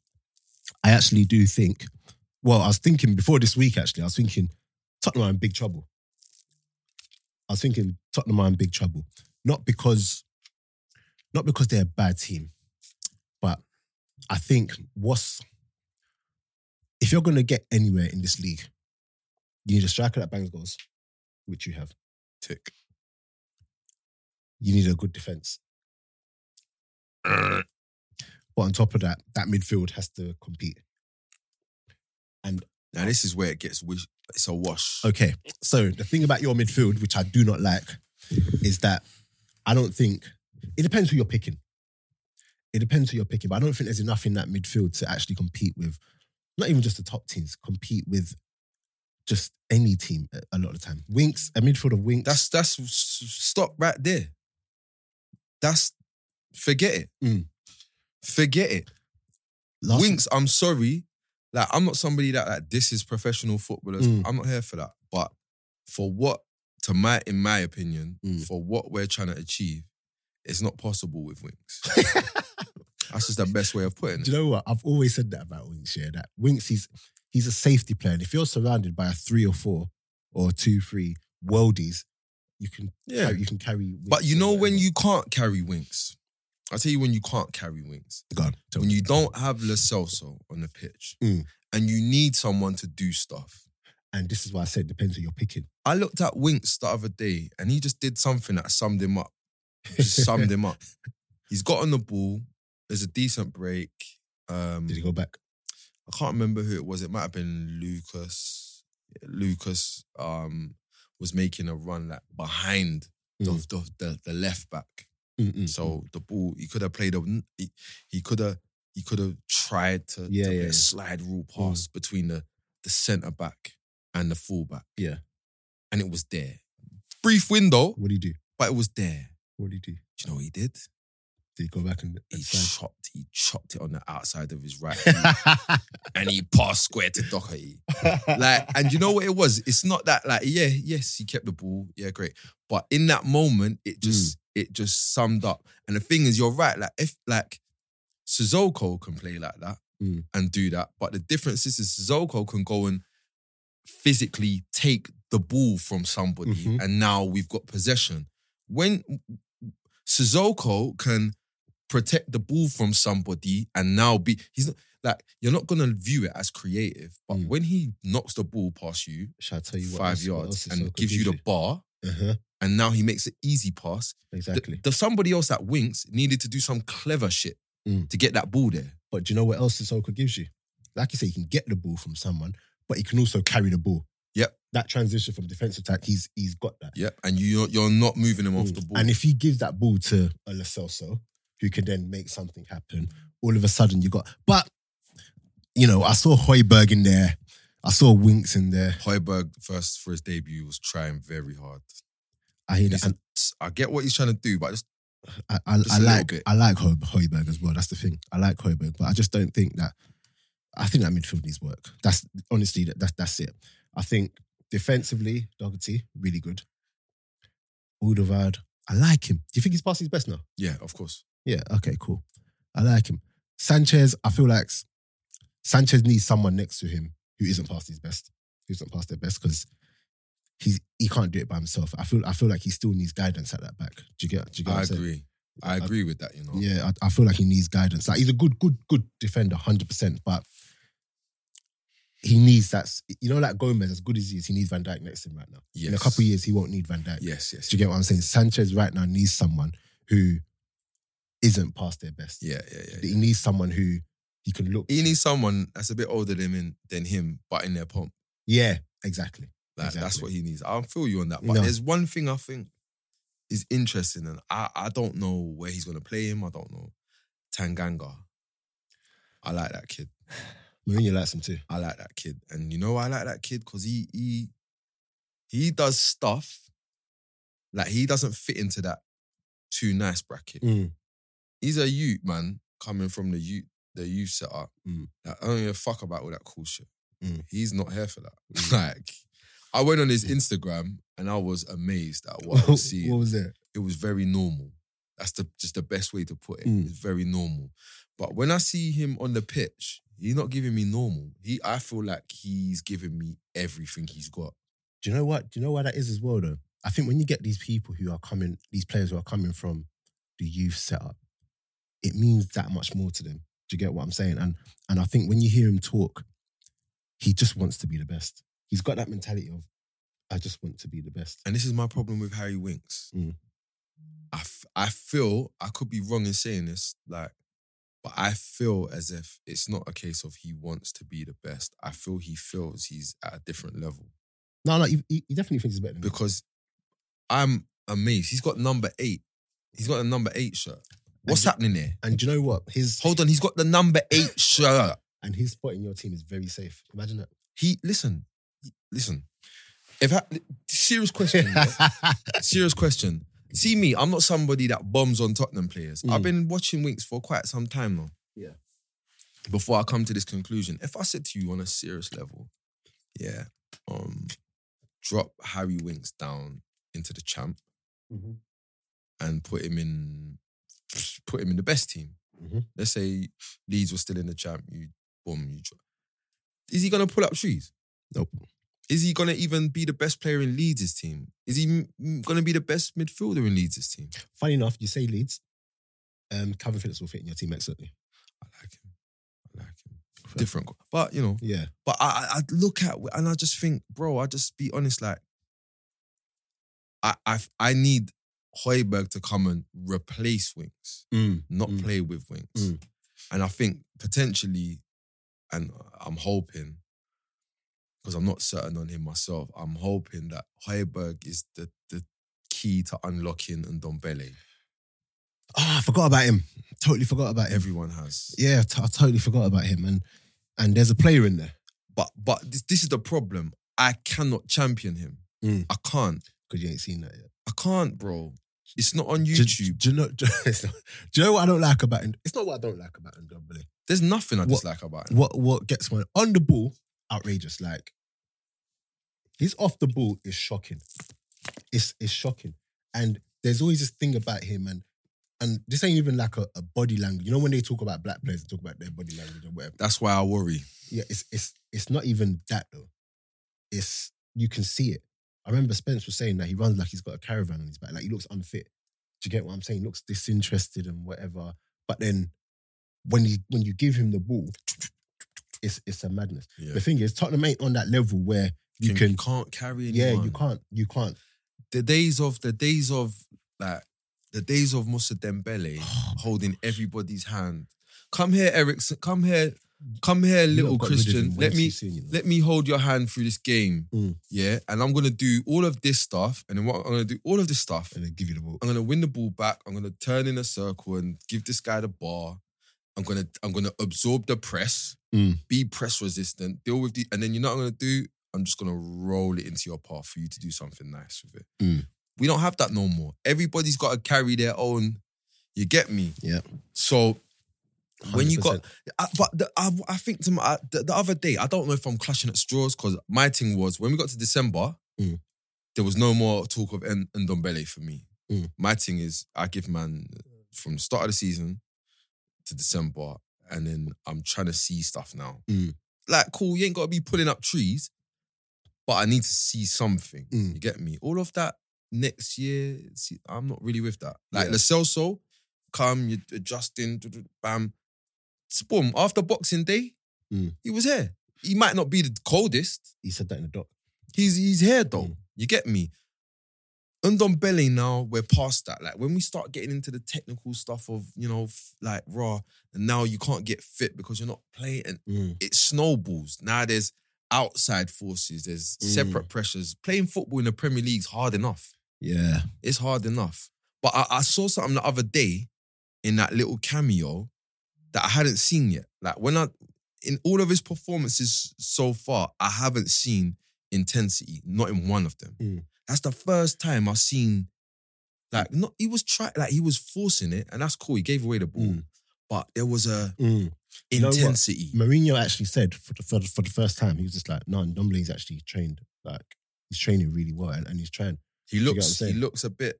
S2: I actually do think, well, I was thinking before this week, actually, I was thinking Tottenham are in big trouble. I was thinking Tottenham are in big trouble. Not because, not because they're a bad team, but I think what's, if you're going to get anywhere in this league, you need a striker that bangs goals, which you have
S1: Tick.
S2: you need a good defense. but on top of that, that midfield has to compete.
S1: Now this is where it gets wish. It's a wash.
S2: Okay, so the thing about your midfield, which I do not like, is that I don't think it depends who you're picking. It depends who you're picking, but I don't think there's enough in that midfield to actually compete with, not even just the top teams, compete with just any team a- a lot of the time. Winks, a midfield of Winks.
S1: That's that's s- stop right there. That's forget it.
S2: Mm.
S1: Forget it.
S2: last-
S1: Winks, I'm sorry. Like, I'm not somebody that like disses professional footballers.
S2: Mm.
S1: I'm not here for that. But for what, to my, in my opinion,
S2: Mm.
S1: for what we're trying to achieve, it's not possible with Winks. That's just the best way of putting it.
S2: Do you know what? I've always said that about Winks. Yeah, that Winks he's he's a safety player, and if you're surrounded by a three or four or two, three worldies, you can
S1: Yeah.
S2: you can carry. Winks
S1: But you
S2: or
S1: know when
S2: whatever.
S1: you can't carry Winks. I'll tell you when you can't carry Winks.
S2: Go on, tell
S1: When
S2: me.
S1: you don't have Lo Celso on the pitch
S2: Mm.
S1: and you need someone to do stuff.
S2: and this is why I said it depends who you're picking.
S1: I looked at Winks the other day and he just did something that summed him up. Just summed him up. He's got on the ball. There's a decent break. Um,
S2: Did he go back?
S1: I can't remember who it was. It might have been Lucas. Lucas um, was making a run like behind the-
S2: Mm.
S1: the, the, the left back.
S2: Mm-mm.
S1: So the ball, he could have played a, he, he could have, he could have tried to, to
S2: Yeah,
S1: play
S2: yeah, Mm-hmm. yeah.
S1: a slide rule pass between the the centre back and the full back.
S2: Yeah.
S1: and it was there. Brief window,
S2: what do you do?
S1: but it was there.
S2: What do you do?
S1: Do you know what he did?
S2: Did he go back and?
S1: He
S2: and
S1: chopped, he chopped it on the outside of his right, hand
S2: try?
S1: and he passed square to Doherty. Like, and you know what it was? It's not that like, yeah, yes, he kept the ball, yeah, great. But in that moment, it just it just summed up. And the thing is, you're right. Like, if like Suzoko can play like that
S2: Mm.
S1: and do that, but the difference is, is Suzoko can go and physically take the ball from somebody,
S2: Mhm.
S1: and now we've got possession. When Suzoko can protect the ball from somebody and now be he's not like you're not gonna view it as creative, but
S2: Mm.
S1: when he knocks the ball past you,
S2: Shall I tell you what?
S1: five
S2: else- what
S1: yards
S2: else
S1: and
S2: Sissoko
S1: gives
S2: did
S1: you the
S2: do?
S1: bar,
S2: Uh-huh,
S1: and now he makes an easy pass. Th-
S2: exactly.
S1: th- somebody else that winks needed to do some clever shit
S2: Mm.
S1: to get that ball there.
S2: But do you know what else Sissoko gives you? Like you say, you can get the ball from someone, but he can also carry the ball.
S1: Yep.
S2: That transition from defense attack, he's he's got that.
S1: Yep, and you you're not moving him off the ball.
S2: Mm. And if he gives that ball to a Lo Celso, who can then make something happen, all of a sudden you got. But you know, I saw Hoiberg in there. I saw Winks in there.
S1: Hoiberg first for his debut was trying very hard.
S2: I hear
S1: He's-
S2: that. And
S1: I get what he's trying to do, but just
S2: I, I,
S1: Just
S2: I
S1: a little
S2: like
S1: bit.
S2: I like Ho- Hoiberg as well. That's the thing. I like Hoiberg, but I just don't think that. I think that midfield needs work. That's honestly that, that's that's it. I think defensively, Doherty really good. Udovard, I like him. Do you think he's past his best now?
S1: yeah, of course.
S2: Yeah. Okay. Cool. I like him. Sanchez, I feel like s- Sanchez needs someone next to him who isn't past his best, who isn't past their best because he's he can't do it by himself. I feel I feel like he still needs guidance at that back. Do you get? Do you get? what
S1: I
S2: I'm saying?
S1: agree. I
S2: I-
S1: agree with that. You know.
S2: Yeah, I, I feel like he needs guidance. Like he's a good, good, good defender, hundred percent. But he needs that. s- You know, like Gomez, as good as he is, he needs Van Dijk next to him right now.
S1: Yes.
S2: In a couple of years, he won't need Van Dijk.
S1: Yes. Yes.
S2: Do you get what I'm saying? Sanchez right now needs someone who isn't past their best.
S1: Yeah. Yeah. Yeah.
S2: He needs someone who he can look.
S1: He
S2: to.
S1: needs someone that's a bit older than him, than him, but in their pomp.
S2: yeah, exactly.
S1: Like that's
S2: Exactly.
S1: what he needs. I feel you on that. But
S2: No.
S1: there's one thing I think is interesting, and I, I don't know where he's gonna play him. I don't know. Tanganga. I like that kid.
S2: Mourinho likes him too.
S1: I like that kid. And you know why I like that kid? Cause he he he does stuff. Like he doesn't fit into that too nice bracket.
S2: Mm.
S1: He's a youth, man, coming from the youth, the youth setup.
S2: Mm.
S1: Like, I don't give a fuck about all that cool shit.
S2: Mm.
S1: He's not here for that. like, I went on his Instagram and I was amazed at what I
S2: what
S1: was seeing
S2: was that?
S1: it was very normal. That's the just the best way to put it.
S2: Mm.
S1: It's very normal. But when I see him on the pitch, he's not giving me normal. He I feel like he's giving me everything he's got.
S2: Do you know what? Do you know why that is as well, though? I think when you get these people who are coming, these players who are coming from the youth setup, it means that much more to them. Do you get what I'm saying? And and I think when you hear him talk, he just wants to be the best. He's got that mentality of, I just want to be the best.
S1: And this is my problem with Harry Winks.
S2: Mm.
S1: I, f- I feel I could be wrong in saying this, like, but I feel as if it's not a case of he wants to be the best. I feel he feels he's at a different level
S2: No, no, he, he he definitely thinks he's better than me.
S1: because I'm amazed. He's got number eight. He's got a number eight shirt. What's
S2: you-
S1: happening there?
S2: And do you know what? His
S1: Hold on, he's got the number eight shirt.
S2: and his spot in your team is very safe. Imagine that.
S1: He listen, listen. If I, serious question, yeah? serious question. See me, I'm not somebody that bombs on Tottenham players. I've
S2: Mm.
S1: been watching Winks for quite some time now.
S2: Yeah.
S1: before I come to this conclusion, if I said to you on a serious level, yeah, um, drop Harry Winks down into the champ
S2: Mhm.
S1: and put him in, put him in the best team.
S2: Mhm.
S1: Let's say Leeds were still in the champ. You boom, you drop. Is he gonna pull up trees?
S2: Nope.
S1: Is he gonna even be the best player in Leeds' team? Is he m- gonna be the best midfielder in Leeds' team?
S2: Funny enough, you say Leeds. Um, Calvin Phillips will fit in your team excellently.
S1: I like him. I like him. Different, co- but you know,
S2: Yeah.
S1: But I, I I look at and I just think, bro, I just be honest, like I I I need Hoiberg to come and replace Winks, not
S2: Mm.
S1: play with Winks.
S2: Mm.
S1: And I think potentially, and I'm hoping, because I'm not certain on him myself, I'm hoping that Hoiberg is the the key to unlocking and Dombele.
S2: Mm. Ah, I forgot about him. Totally forgot about him.
S1: Everyone has.
S2: Yeah, t- I totally forgot about him. And and there's a player in there
S1: But but this, this is the problem. I cannot champion him.
S2: Mm.
S1: I can't.
S2: because you ain't seen that yet.
S1: I can't, bro. It's not on
S2: Do-
S1: YouTube.
S2: Do, do you know, do, it's not- do you know what I don't like about him? It's not what I don't like about him, Dombele.
S1: There's nothing I
S2: What-
S1: dislike about him.
S2: What what gets one on the ball? Outrageous. Like his off the ball is shocking. It's it's shocking. And there's always this thing about him and. And this ain't even like a, a body language. You know when they talk about black players, they talk about their body language or whatever.
S1: That's why I worry.
S2: yeah, it's it's it's not even that though. It's you can see it. I remember Spence was saying that he runs like he's got a caravan on his back, like he looks unfit. Do you get what I'm saying? He looks disinterested and whatever. But then when he when you give him the ball, it's it's a madness.
S1: Yeah.
S2: The thing is, Tottenham ain't on that level where you can,
S1: can't carry
S2: yeah,
S1: anyone.
S2: you can't, you can't.
S1: The days of the days of like the days of Musa Dembele
S2: Oh
S1: holding everybody's hand. Come here, Ericsson. Come here. Come here,
S2: Mm. You
S1: little
S2: lot got rid of
S1: Christian.
S2: him
S1: Let
S2: once
S1: me
S2: you seen him.
S1: let me hold your hand through this game.
S2: Mm.
S1: Yeah. And I'm gonna do all of this stuff. And then what I'm gonna do all of this stuff.
S2: and then give you the ball.
S1: I'm gonna win the ball back. I'm gonna turn in a circle and give this guy the bar. I'm gonna I'm gonna absorb the press,
S2: Mm.
S1: be press resistant, deal with the, and then you know what I'm gonna do? I'm just gonna roll it into your path for you to do something nice with it.
S2: Mm.
S1: We don't have that no more. Everybody's got to carry their own. You get me?
S2: Yeah.
S1: So when you got,
S2: 100%.
S1: I, but the, I, I think to my, I- the, the other day, I don't know if I'm clutching at straws because my thing was when we got to December,
S2: Mm.
S1: there was no more talk of N- Ndombele for me.
S2: Mm.
S1: My thing is I give man uh, from the start of the season to December, and then I'm trying to see stuff now.
S2: Mm.
S1: Like, cool, you ain't got to be pulling up trees, but I need to see something.
S2: Mm.
S1: You get me? All of that next year, see, I'm not really with that. Like,
S2: Yeah.
S1: the Celso, come, you're adjusting, duh, duh, bam. S- Boom, after Boxing Day,
S2: Mm.
S1: he was here. He might not be the coldest,
S2: he said that in the doc.
S1: He's he's here though.
S2: Mm.
S1: You get me? Undombele now, we're past that. Like when we start getting into the technical stuff of, you know, f- like raw, and now you can't get fit because you're not playing and
S2: Mm.
S1: it snowballs. Now there's outside forces, there's
S2: Mm.
S1: separate pressures. Playing football in the Premier League's hard enough.
S2: Yeah,
S1: It's hard enough. But I, I saw something the other day in that little cameo that I hadn't seen yet. Like when I in all of his performances so far, I haven't seen intensity, not in one of them.
S2: Mm.
S1: That's the first time I've seen like not he was trying like he was forcing it, and that's cool. He gave away the ball.
S2: Mm.
S1: But there was a
S2: mm. You know what?
S1: intensity.
S2: Mourinho actually said for the, for the, for the first time, he was just like, no, Ndombele's actually trained. Like, he's training really well and, and he's trying.
S1: He
S2: get what I'm
S1: looks he
S2: saying?
S1: looks a bit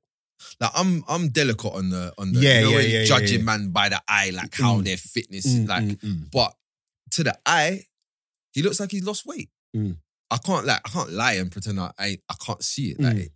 S1: like I'm I'm delicate on the on the
S2: Yeah,
S1: you know
S2: yeah,
S1: when you're
S2: yeah, yeah,
S1: judging
S2: yeah.
S1: man by the eye, like how
S2: Mm.
S1: their fitness is like But to the eye, he looks like he's lost weight.
S2: Mm.
S1: I can't like I can't lie and pretend I I, I can't see it.
S2: Mm.
S1: Like,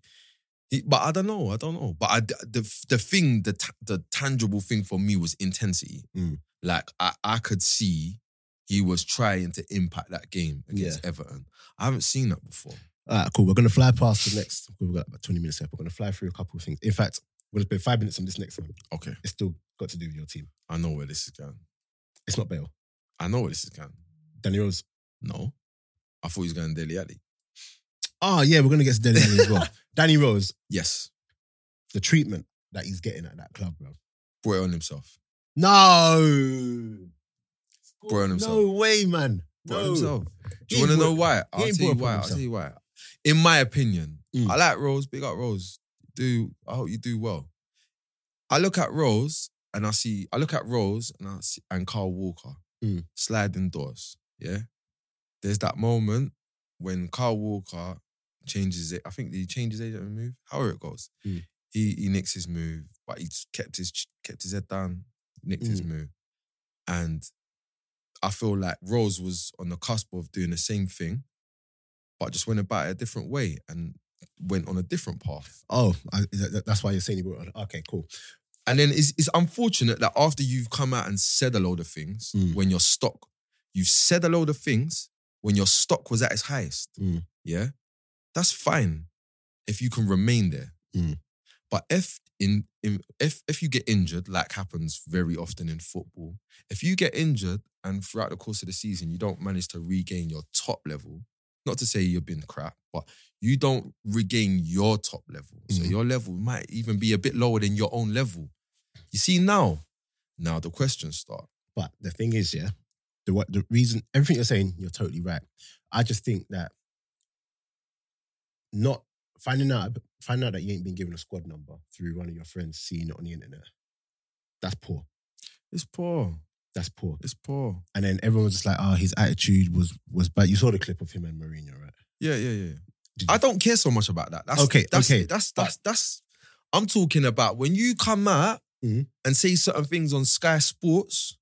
S1: he, but I don't know. I don't know. But I, the the thing the ta- the tangible thing for me was intensity.
S2: Mm.
S1: Like I I could see he was trying to impact that game against Everton. I haven't seen that before.
S2: All right, cool. We're going to fly past the next, we've got about 20 minutes left. We're going to fly through a couple of things. In fact, we're going to spend five minutes on this next one.
S1: Okay,
S2: It's still got to do with your team.
S1: I know where this is going.
S2: It's not Bale.
S1: I know where this is going.
S2: Danny Rose.
S1: No, I thought he was going Deli Alley.
S2: Oh, yeah, we're going to get to Danny Rose as well. Danny Rose,
S1: Yes,
S2: the treatment that he's getting at that club, bro.
S1: brought it on himself.
S2: No.
S1: Bro on himself.
S2: No way, man.
S1: Brought it
S2: no.
S1: on himself. Do
S2: He
S1: you want to
S2: brought-
S1: know why?
S2: he
S1: I'll
S2: ain't
S1: tell you
S2: brought it
S1: why.
S2: upon
S1: I'll
S2: himself.
S1: tell you why. In my opinion,
S2: Mm.
S1: I like Rose. Big up Rose. Do I hope you do well. I look at Rose and I see. I look at Rose and I see and Carl Walker.
S2: Mm.
S1: sliding doors. Yeah, there's that moment when Carl Walker changes it. I think he changes agent and move. However it goes,
S2: Mm.
S1: he he nicks his move, but he kept his kept his head down, nicked
S2: Mm.
S1: his move, and I feel like Rose was on the cusp of doing the same thing, but just went about it a different way and went on a different path.
S2: Oh, I, th- th- that's why you're saying you brought it on. Okay, cool.
S1: And then it's, it's unfortunate that after you've come out and said a load of things,
S2: Mm.
S1: when your stock, you've said a load of things when your stock was at its highest.
S2: Mm.
S1: Yeah. That's fine if you can remain there.
S2: Mm.
S1: But if in, in if if you get injured, like happens very often in football, if you get injured and throughout the course of the season you don't manage to regain your top level, not to say you've been crap, but you don't regain your top level. So
S2: Mhm.
S1: your level might even be a bit lower than your own level. You see now, now the questions start.
S2: But the thing is, yeah, the what the reason everything you're saying, you're totally right. I just think that not finding out finding out that you ain't been given a squad number through one of your friends seeing it on the internet. That's poor.
S1: It's poor.
S2: That's poor.
S1: It's poor.
S2: And then everyone was just like, "Oh, his attitude was was bad." You saw the clip of him and Mourinho, right?
S1: Yeah, yeah, yeah.
S2: Did
S1: I
S2: you-
S1: don't care so much about that. That's,
S2: Okay,
S1: that's,
S2: okay.
S1: That's that's that's. I'm talking about when you come out
S2: Mhm.
S1: and say certain things on Sky Sports,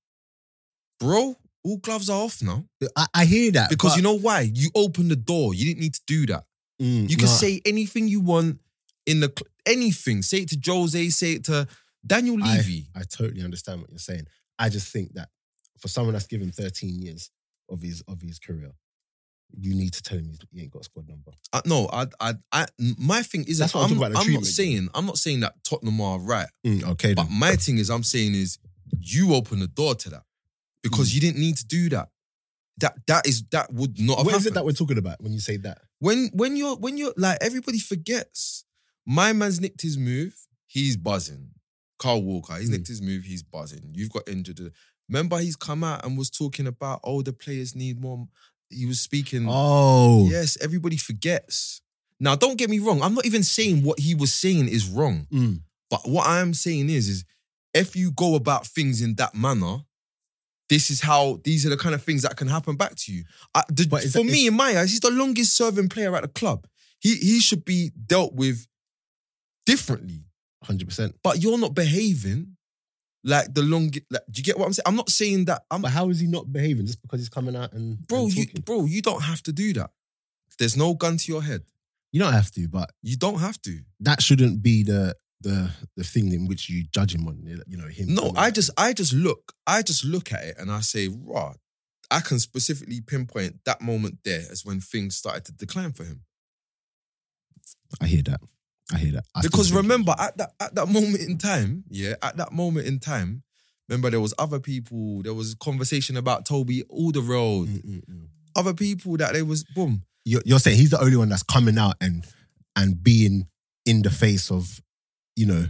S1: bro. All gloves are off now
S2: I, I hear that
S1: because you know why? You opened the door. You didn't need to do that.
S2: mm,
S1: You can say anything you want in the cl- anything. Say it to Jose. Say it to Daniel Levy.
S2: I totally understand what you're saying. I just think that for someone that's given 13 years of his of his career, you need to tell him he's- he ain't got a squad number.
S1: I, no, I, I, I, my thing is
S2: That's what I'm
S1: I'm,
S2: talking about, the
S1: I'm not
S2: treatment.
S1: saying I'm not saying that Tottenham are right.
S2: Mm, okay,
S1: But my thing is, I'm saying is, you open the door to that
S2: Mm.
S1: because you didn't need to do that. That that is that would not have
S2: What is it
S1: happened.
S2: that we're talking about when you say that?
S1: when when you're when you're like everybody forgets. My man's nicked his move. He's buzzing. Carl Walker. He's
S2: Mm.
S1: nicked his move. He's buzzing. You've got injured. Remember, he's come out and was talking about oh the players need more. He was speaking.
S2: Oh,
S1: Yes, everybody forgets. Now, don't get me wrong. I'm not even saying what he was saying is wrong.
S2: Mm.
S1: But what I'm saying is, is if you go about things in that manner, this is how these are the kind of things that can happen back to you. I, the-
S2: But is
S1: for
S2: that-
S1: me, in my eyes, he's the longest serving player at the club. He he should be dealt with differently.
S2: 100%.
S1: But you're not behaving like the long. Like, do you get what I'm saying? I'm not saying that. I'm
S2: But how is he not behaving just because he's coming out and
S1: Um, bro.
S2: and
S1: You
S2: talking?
S1: bro. You don't have to do that. There's no gun to your head.
S2: you don't have to, but
S1: You don't have to.
S2: that shouldn't be the the the thing in which you judge him on. You know him.
S1: No,
S2: coming
S1: I
S2: out.
S1: just I just look, I just look at it and I say, right, I can specifically pinpoint that moment there as when things started to decline for him.
S2: I hear that. I hear that. I still
S1: because
S2: think-
S1: remember, at that at that moment in time, yeah, at that moment in time, remember there was other people, there was conversation about Toby Alderweireld,
S2: Mm, mm, mm.
S1: other people that they was boom.
S2: you're, you're saying he's the only one that's coming out and and being in the face of you know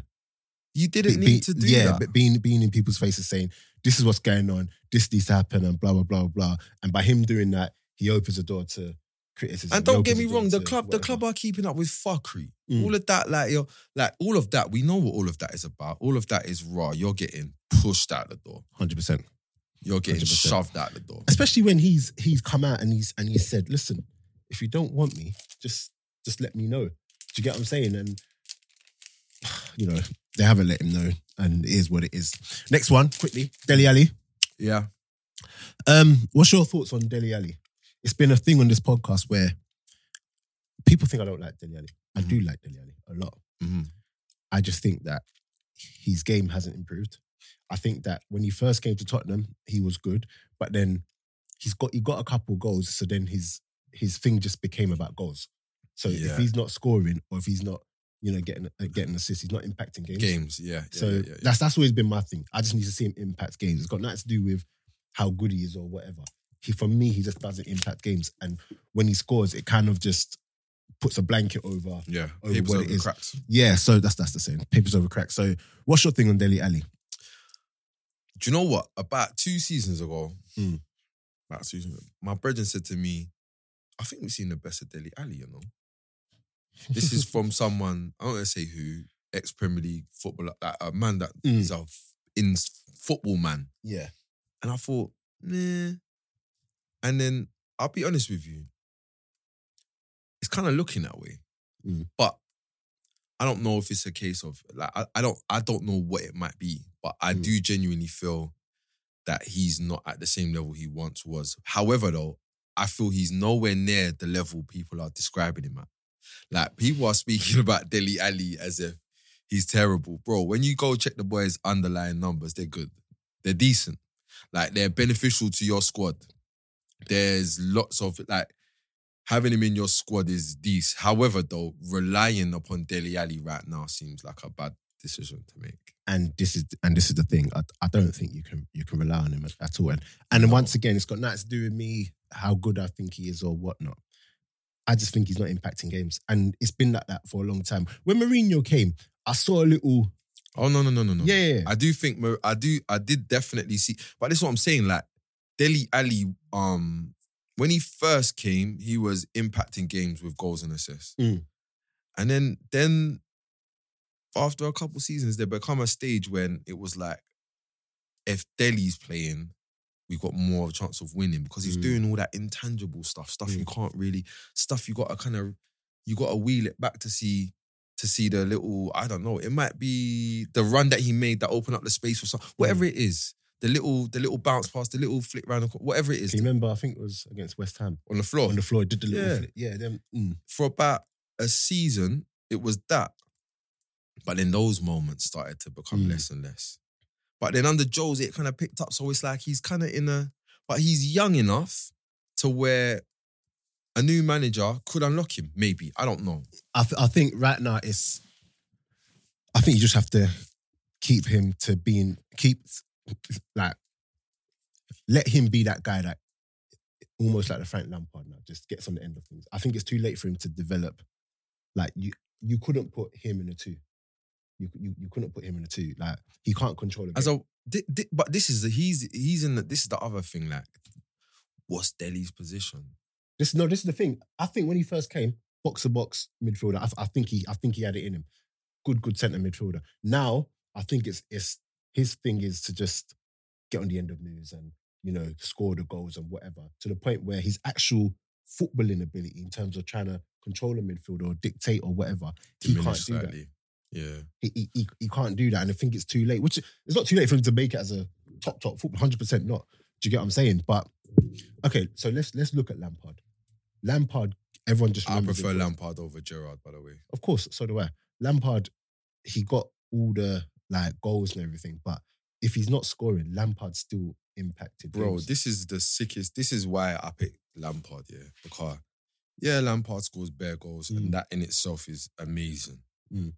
S1: You didn't
S2: be-
S1: need to do
S2: yeah
S1: that.
S2: but being being in people's faces saying this is what's going on this needs to happen and blah blah blah blah and by him doing that he opens the door to criticism
S1: And
S2: He
S1: don't
S2: opens
S1: get me
S2: door
S1: wrong, the
S2: to
S1: club, the
S2: whatever.
S1: club are keeping up with fuckery.
S2: Mm.
S1: All of that, like yo, like all of that, we know what all of that is about. All of that is raw. You're getting pushed out the door.
S2: 100%
S1: You're getting
S2: 100%.
S1: shoved out the door.
S2: especially when he's he's come out and he's and he said listen if you don't want me just just let me know do you get what i'm saying and you know they haven't let him know and it is what it is next one quickly deli ali
S1: Yeah.
S2: Um, what's your thoughts on Deli Ali? It's been a thing on this podcast where people think I don't like Deli Ali. I do like Deli Ali a lot.
S1: Mhm.
S2: I just think that his game hasn't improved. I think that when he first came to Tottenham, he was good, but then he's got he got a couple goals, so then his his thing just became about goals. So
S1: Yeah.
S2: if he's not scoring or if he's not, you know, getting uh, getting assists, he's not impacting games.
S1: Games. Yeah. yeah,
S2: So
S1: yeah, yeah, yeah.
S2: that's that's always been my thing. I just need to see him impact games. It's got nothing to do with how good he is or whatever. He for me, he just doesn't impact games. And when he scores, it kind of just puts a blanket over.
S1: Yeah.
S2: over
S1: Papers
S2: what
S1: over
S2: it
S1: the
S2: is.
S1: cracks.
S2: Yeah, so that's that's the same. Papers over crack. So what's your thing on Deli Ali?
S1: Do you know what? About two seasons ago,
S2: Mm.
S1: about two seasons ago, my brethren said to me, I think we've seen the best of Deli Ali, you know. This is from someone, I don't want to say who, ex Premier League footballer, like a man that is
S2: Mm.
S1: a f- in football man.
S2: Yeah.
S1: And I thought, nah. And then I'll be honest with you, it's kind of looking that way,
S2: Mm.
S1: but I don't know if it's a case of like I, I don't I don't know what it might be, but I
S2: Mm.
S1: do genuinely feel that he's not at the same level he once was. However, though, I feel he's nowhere near the level people are describing him at. Like people are speaking about Deli Ali as if he's terrible, bro. When you go check the boys' underlying numbers, they're good. They're decent. Like they're beneficial to your squad. There's lots of like having him in your squad is decent. However, though, relying upon Deli Ali right now seems like a bad decision to make.
S2: and this is and this is the thing. I, I don't think you can you can rely on him at, at all. And and then
S1: No.
S2: once again, it's got nothing to do with me how good I think he is or whatnot. I just think he's not impacting games, and it's been like that for a long time. When Mourinho came, I saw a little
S1: Oh no, no, no, no, no.
S2: yeah, yeah, yeah.
S1: I do think Mo- I do I did definitely see, but this is what I'm saying. Like Deli Ali, um, when he first came, he was impacting games with goals and assists,
S2: Mm.
S1: and then then after a couple seasons, there become a stage when it was like, if Deli's playing, we got more of a chance of winning because he's
S2: Mm.
S1: doing all that intangible stuff, stuff you
S2: Mm.
S1: can't really, stuff you got to kind of, you got to wheel it back to see to see the little, I don't know, it might be the run that he made that opened up the space for some, whatever
S2: Mm.
S1: it is, the little, the little bounce pass, the little flick round, the cor- whatever it is
S2: Can you remember? I think it was against West Ham
S1: on the floor.
S2: on the floor. Did the little
S1: Yeah.
S2: flip. yeah. Then mm,
S1: for about a season, it was that. But then those moments started to become
S2: Mm.
S1: less and less. But then under Joe's, it kind of picked up. So it's like he's kind of in a, but he's young enough to where a new manager could unlock him. Maybe I don't know.
S2: I th- I think right now it's. I think you just have to keep him to being keep like let him be that guy that almost like the Frank Lampard now just gets on the end of things. I think it's too late for him to develop. Like you, you couldn't put him in a two. You you, you couldn't put him in a two. Like he can't control a
S1: As
S2: game.
S1: a, thi- thi- but this is the, he's he's in the, this is the other thing. Like, what's Delhi's position?
S2: This no, this is the thing. I think when he first came, box to box midfielder. I, I think he, I think he had it in him. Good, good centre midfielder. Now I think it's it's his thing is to just get on the end of moves and you know score the goals and whatever to the point where his actual footballing ability in terms of trying to control a midfield or dictate or whatever he can't do
S1: Diminished
S2: that.
S1: slightly. Yeah.
S2: He, he, he, he can't do that and I think it's too late which it's not too late for him to make it as a top top football 100% not do you get what I'm saying but okay so let's let's look at Lampard Lampard everyone just
S1: I
S2: remembers
S1: prefer
S2: it.
S1: Lampard over Gerard, by the way.
S2: of course so do I Lampard he got all the like goals and everything but if he's not scoring Lampard still impacted
S1: Bro,
S2: games.
S1: this is the sickest. This is why I picked Lampard, yeah. Because, yeah, Lampard scores bare goals,
S2: Mm.
S1: and that in itself is amazing.
S2: Mm.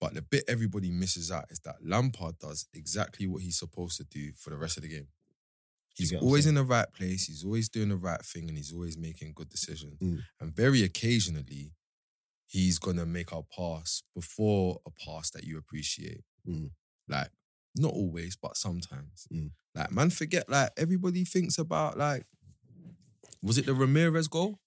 S1: But the bit everybody misses out is that Lampard does exactly what he's supposed to do for the rest of the game.
S2: you
S1: He's
S2: get what I'm
S1: always
S2: saying?
S1: in the right place, he's always doing the right thing, and he's always making good decisions.
S2: Mm.
S1: And very occasionally, he's gonna make a pass before a pass that you appreciate.
S2: Mm.
S1: Like, not always, but sometimes.
S2: Mm.
S1: Like, man, forget, like, everybody thinks about, like, was it the Ramirez goal?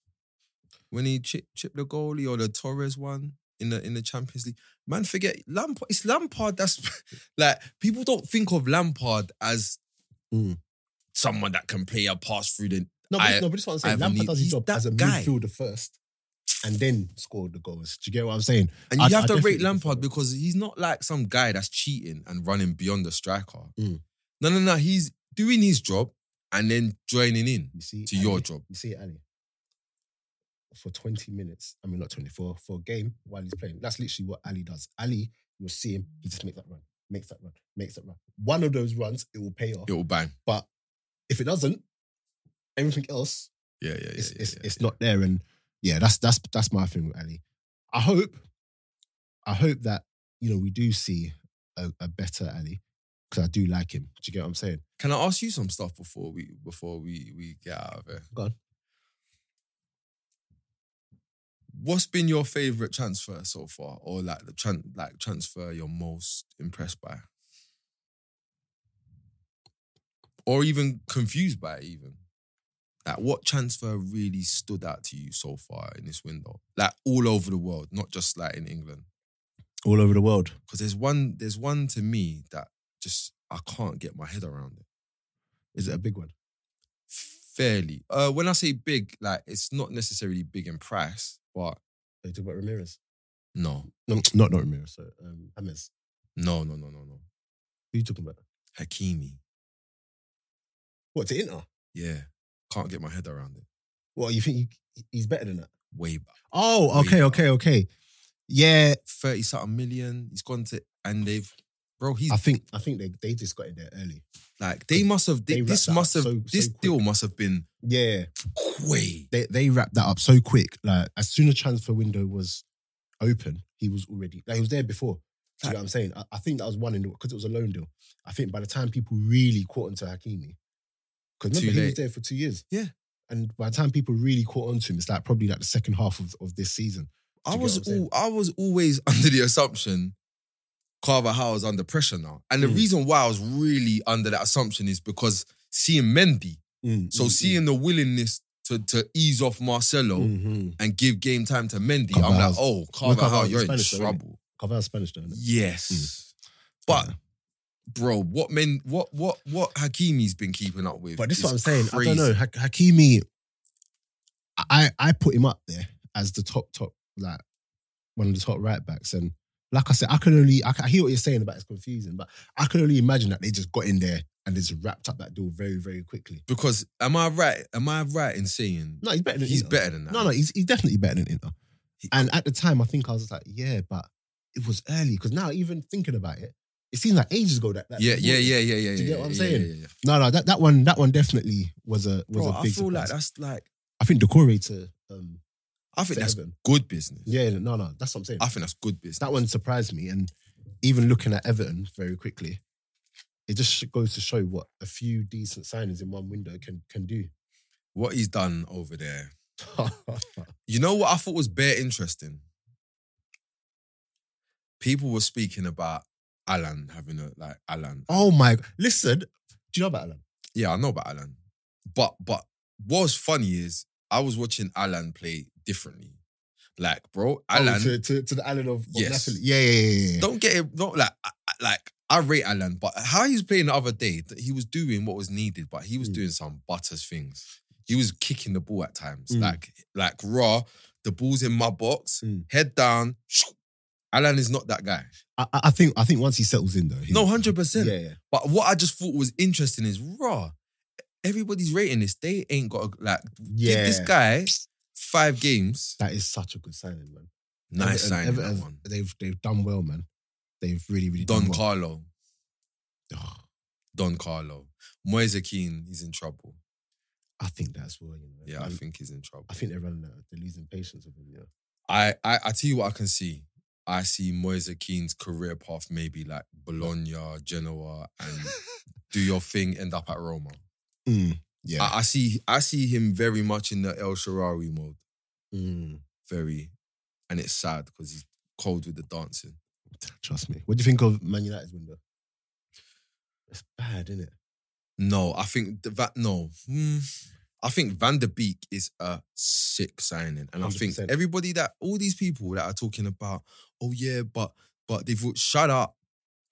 S1: When he chip, chipped the goalie or the Torres one in the in the Champions League? Man, forget Lampard. It's Lampard that's like people don't think of Lampard as
S2: Mm.
S1: someone that can play a pass through the
S2: no, but,
S1: I-
S2: no but this is what I'm saying
S1: Ivan
S2: Lampard
S1: Lee-
S2: does his
S1: he's
S2: job
S1: that
S2: as a
S1: guy.
S2: midfielder first and then score the goals do you get what I'm saying
S1: And
S2: I-
S1: you
S2: I
S1: have to
S2: definitely
S1: rate Lampard
S2: prefer-
S1: because he's not like some guy that's cheating and running beyond the striker.
S2: Mm.
S1: No, no, no. He's doing his job and then joining in
S2: you see
S1: to
S2: Ali?
S1: your job.
S2: You see it, Ali. For 20 minutes, I mean, not 24, for a game while he's playing. That's literally what Ali does. Ali, you'll see him, he just makes that run, makes that run, makes that run. One of those runs, it will pay off.
S1: It will bang.
S2: But if it doesn't, everything else,
S1: Yeah, yeah, yeah.
S2: it's,
S1: yeah,
S2: it's,
S1: yeah,
S2: it's
S1: yeah.
S2: not there. And yeah, that's, that's, that's my thing with Ali. I hope, I hope that, you know, we do see a, a better Ali because I do like him. Do you get what I'm saying?
S1: Can I ask you some stuff before we before we we get out of here?
S2: Go on.
S1: What's been your favorite transfer so far, or like the tran- like transfer you're most impressed by, or even confused by? Even like what transfer really stood out to you so far in this window, like all over the world, not just like in England.
S2: All over the world.
S1: Because there's one there's one to me that just I can't get my head around it.
S2: Is it a big one?
S1: fairly. Uh, when I say big, like it's not necessarily big in price, but
S2: They talk about Ramirez.
S1: no,
S2: No, not not Ramirez. So, um, James.
S1: no, no, no, no, no.
S2: Who you talking about?
S1: Hakimi,
S2: What to Inter?
S1: yeah, can't get my head around it.
S2: What you think he, he's better than that?
S1: Way back,
S2: Oh, okay,
S1: Way
S2: okay, okay. Yeah,
S1: thirty something million. He's gone to and they've, bro. He's
S2: I think I think they they just got in there early.
S1: like they must have.
S2: They
S1: They, this
S2: wrapped that
S1: must
S2: up
S1: have.
S2: so- so
S1: this
S2: quick.
S1: deal must have been
S2: Yeah,
S1: way.
S2: they they wrapped that up so quick. Like as soon as transfer window was open, he was already like he was there before. Do you know what I'm saying? I, I think that was one in because it was a loan deal. I think by the time people really caught onto Hakimi, because
S1: Too
S2: remember he was
S1: late.
S2: there for two years.
S1: Yeah.
S2: and by the time people really caught onto him, it's like probably like the second half of, of this season.
S1: I
S2: Do you get
S1: was
S2: what I'm saying?
S1: all, I was always under the assumption Carver Howe's under pressure now. And the
S2: Mm.
S1: reason why I was really under that assumption is because seeing Mendy.
S2: Mm,
S1: So seeing the willingness to, to ease off Marcelo
S2: mm-hmm.
S1: and give game time to Mendy,
S2: Carvajal.
S1: I'm like, oh, Carver
S2: Carvajal
S1: Howe,
S2: is
S1: you're in
S2: Spanish though, isn't he? Mm.
S1: trouble.
S2: Carvalho's Spanish, don't it?
S1: Yes. But bro, what men what what what Hakimi's been keeping up with.
S2: But this
S1: is
S2: is what I'm saying. I
S1: crazy.
S2: don't know. Hak- Hakimi, I I put him up there as the top top like one of the top right backs. And like I said, I can only I, can, I hear what you're saying about it's confusing, but I can only imagine that they just got in there and they just wrapped up that deal very very quickly.
S1: Because am I right? Am I right in saying
S2: No, he's better than
S1: he's
S2: Inter.
S1: better than that?
S2: No, no, he's, he's definitely better than Inter.
S1: He-
S2: And at the time, I think I was like, yeah, but it was early because now even thinking about it, it seems like ages ago that. that
S1: Yeah,
S2: they
S1: yeah,
S2: bought him.
S1: yeah, yeah, yeah.
S2: Do you
S1: yeah,
S2: get what I'm
S1: yeah,
S2: saying?
S1: yeah, yeah, yeah.
S2: No, no, that, that one that one definitely was a was
S1: Bro,
S2: a
S1: I
S2: big.
S1: feel like
S2: surprise.
S1: that's like
S2: I think Decore to um
S1: I think
S2: to
S1: that's
S2: Everton.
S1: good business.
S2: Yeah, no, no, that's what I'm saying.
S1: I think that's good business.
S2: that one surprised me, and even looking at Everton very quickly, it just goes to show what a few decent signings in one window can can do.
S1: What he's done over there. You know what I thought was bare interesting? People were speaking about Alan having a like Alan.
S2: oh my! Listen, do you know about Alan?
S1: Yeah, I know about Alan. But but what's funny is I was watching Alan play differently. Like, bro, Alan.
S2: oh, to, to to the Alan of, of
S1: Yes.
S2: Napoli. Yeah, yeah, yeah, yeah.
S1: Don't get it. Not like I- I- like I rate Alan, but how he's playing the other day, that he was doing what was needed, but he was
S2: Mm.
S1: doing some butters things. He was kicking the ball at times,
S2: Mm.
S1: like like raw. The ball's in my box,
S2: Mm.
S1: head down. shoo. Alan is not that guy.
S2: I, I I think I think once he settles in though, he-
S1: No, hundred percent.
S2: Yeah, yeah.
S1: But what I just thought was interesting is raw. Everybody's rating this. They ain't got a, like
S2: Yeah.
S1: give this guy five games.
S2: That is such a good signing, man.
S1: Nice
S2: Everton-
S1: signing that
S2: Everton,
S1: one.
S2: They've they've done well, man. They've really really
S1: Don
S2: done well. Ah,
S1: Carlo. Don Carlo. Moise Keane, he's in trouble.
S2: I think that's well, you know.
S1: Yeah, I
S2: Um,
S1: think he's in trouble.
S2: I think they're running out. They're losing patience with him. Yeah.
S1: I, I, I tell you what I can see. I see Moise Keane's career path maybe like Bologna, Genoa, and do your thing, end up at Roma.
S2: Hmm, yeah.
S1: I, I see I see him very much in the El Sharari mode.
S2: Hmm,
S1: Very. And it's sad because he's cold with the dancing.
S2: Trust me. What do you think of Man United's window? It's bad, isn't it?
S1: No, I think th- that no. Hmm. I think Van der Beek is a sick signing, and I think
S2: 100%.
S1: everybody that all these people that are talking about, oh yeah, but but they've shut up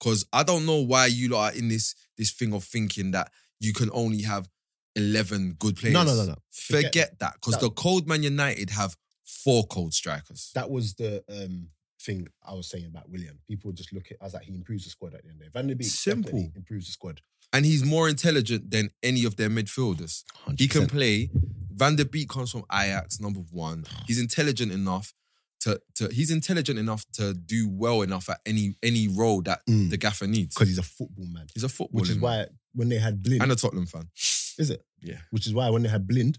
S1: because I don't know why you lot are in this this thing of thinking that you can only have eleven good players.
S2: No, no, no, no.
S1: Forget,
S2: Forget
S1: that because
S2: that.
S1: the cold Man United have four cold strikers.
S2: That was the um, thing I was saying about William. People just look at I was like, he improves the squad at the end of the day. Van der Beek
S1: Simple.
S2: definitely improves the squad.
S1: and he's more intelligent than any of their midfielders. He can play. Van der Beek comes from Ajax, number one. He's intelligent enough to, to he's intelligent enough to do well enough at any any role that
S2: Mm.
S1: the gaffer needs.
S2: because he's a football man.
S1: He's a footballer.
S2: Which is why when they had Blind,
S1: and a Tottenham fan.
S2: is it?
S1: Yeah.
S2: Which is why when they had Blind,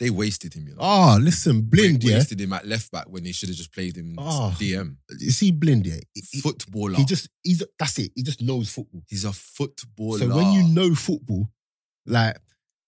S1: They wasted him, you know.
S2: oh listen, Blind,
S1: They
S2: yeah.
S1: wasted him at left back when they should have just played him
S2: Oh.
S1: DM.
S2: You see, Blind, yeah. He, he-
S1: Footballer.
S2: he just he's that's it. He just knows football.
S1: he's a footballer.
S2: So when you know football, like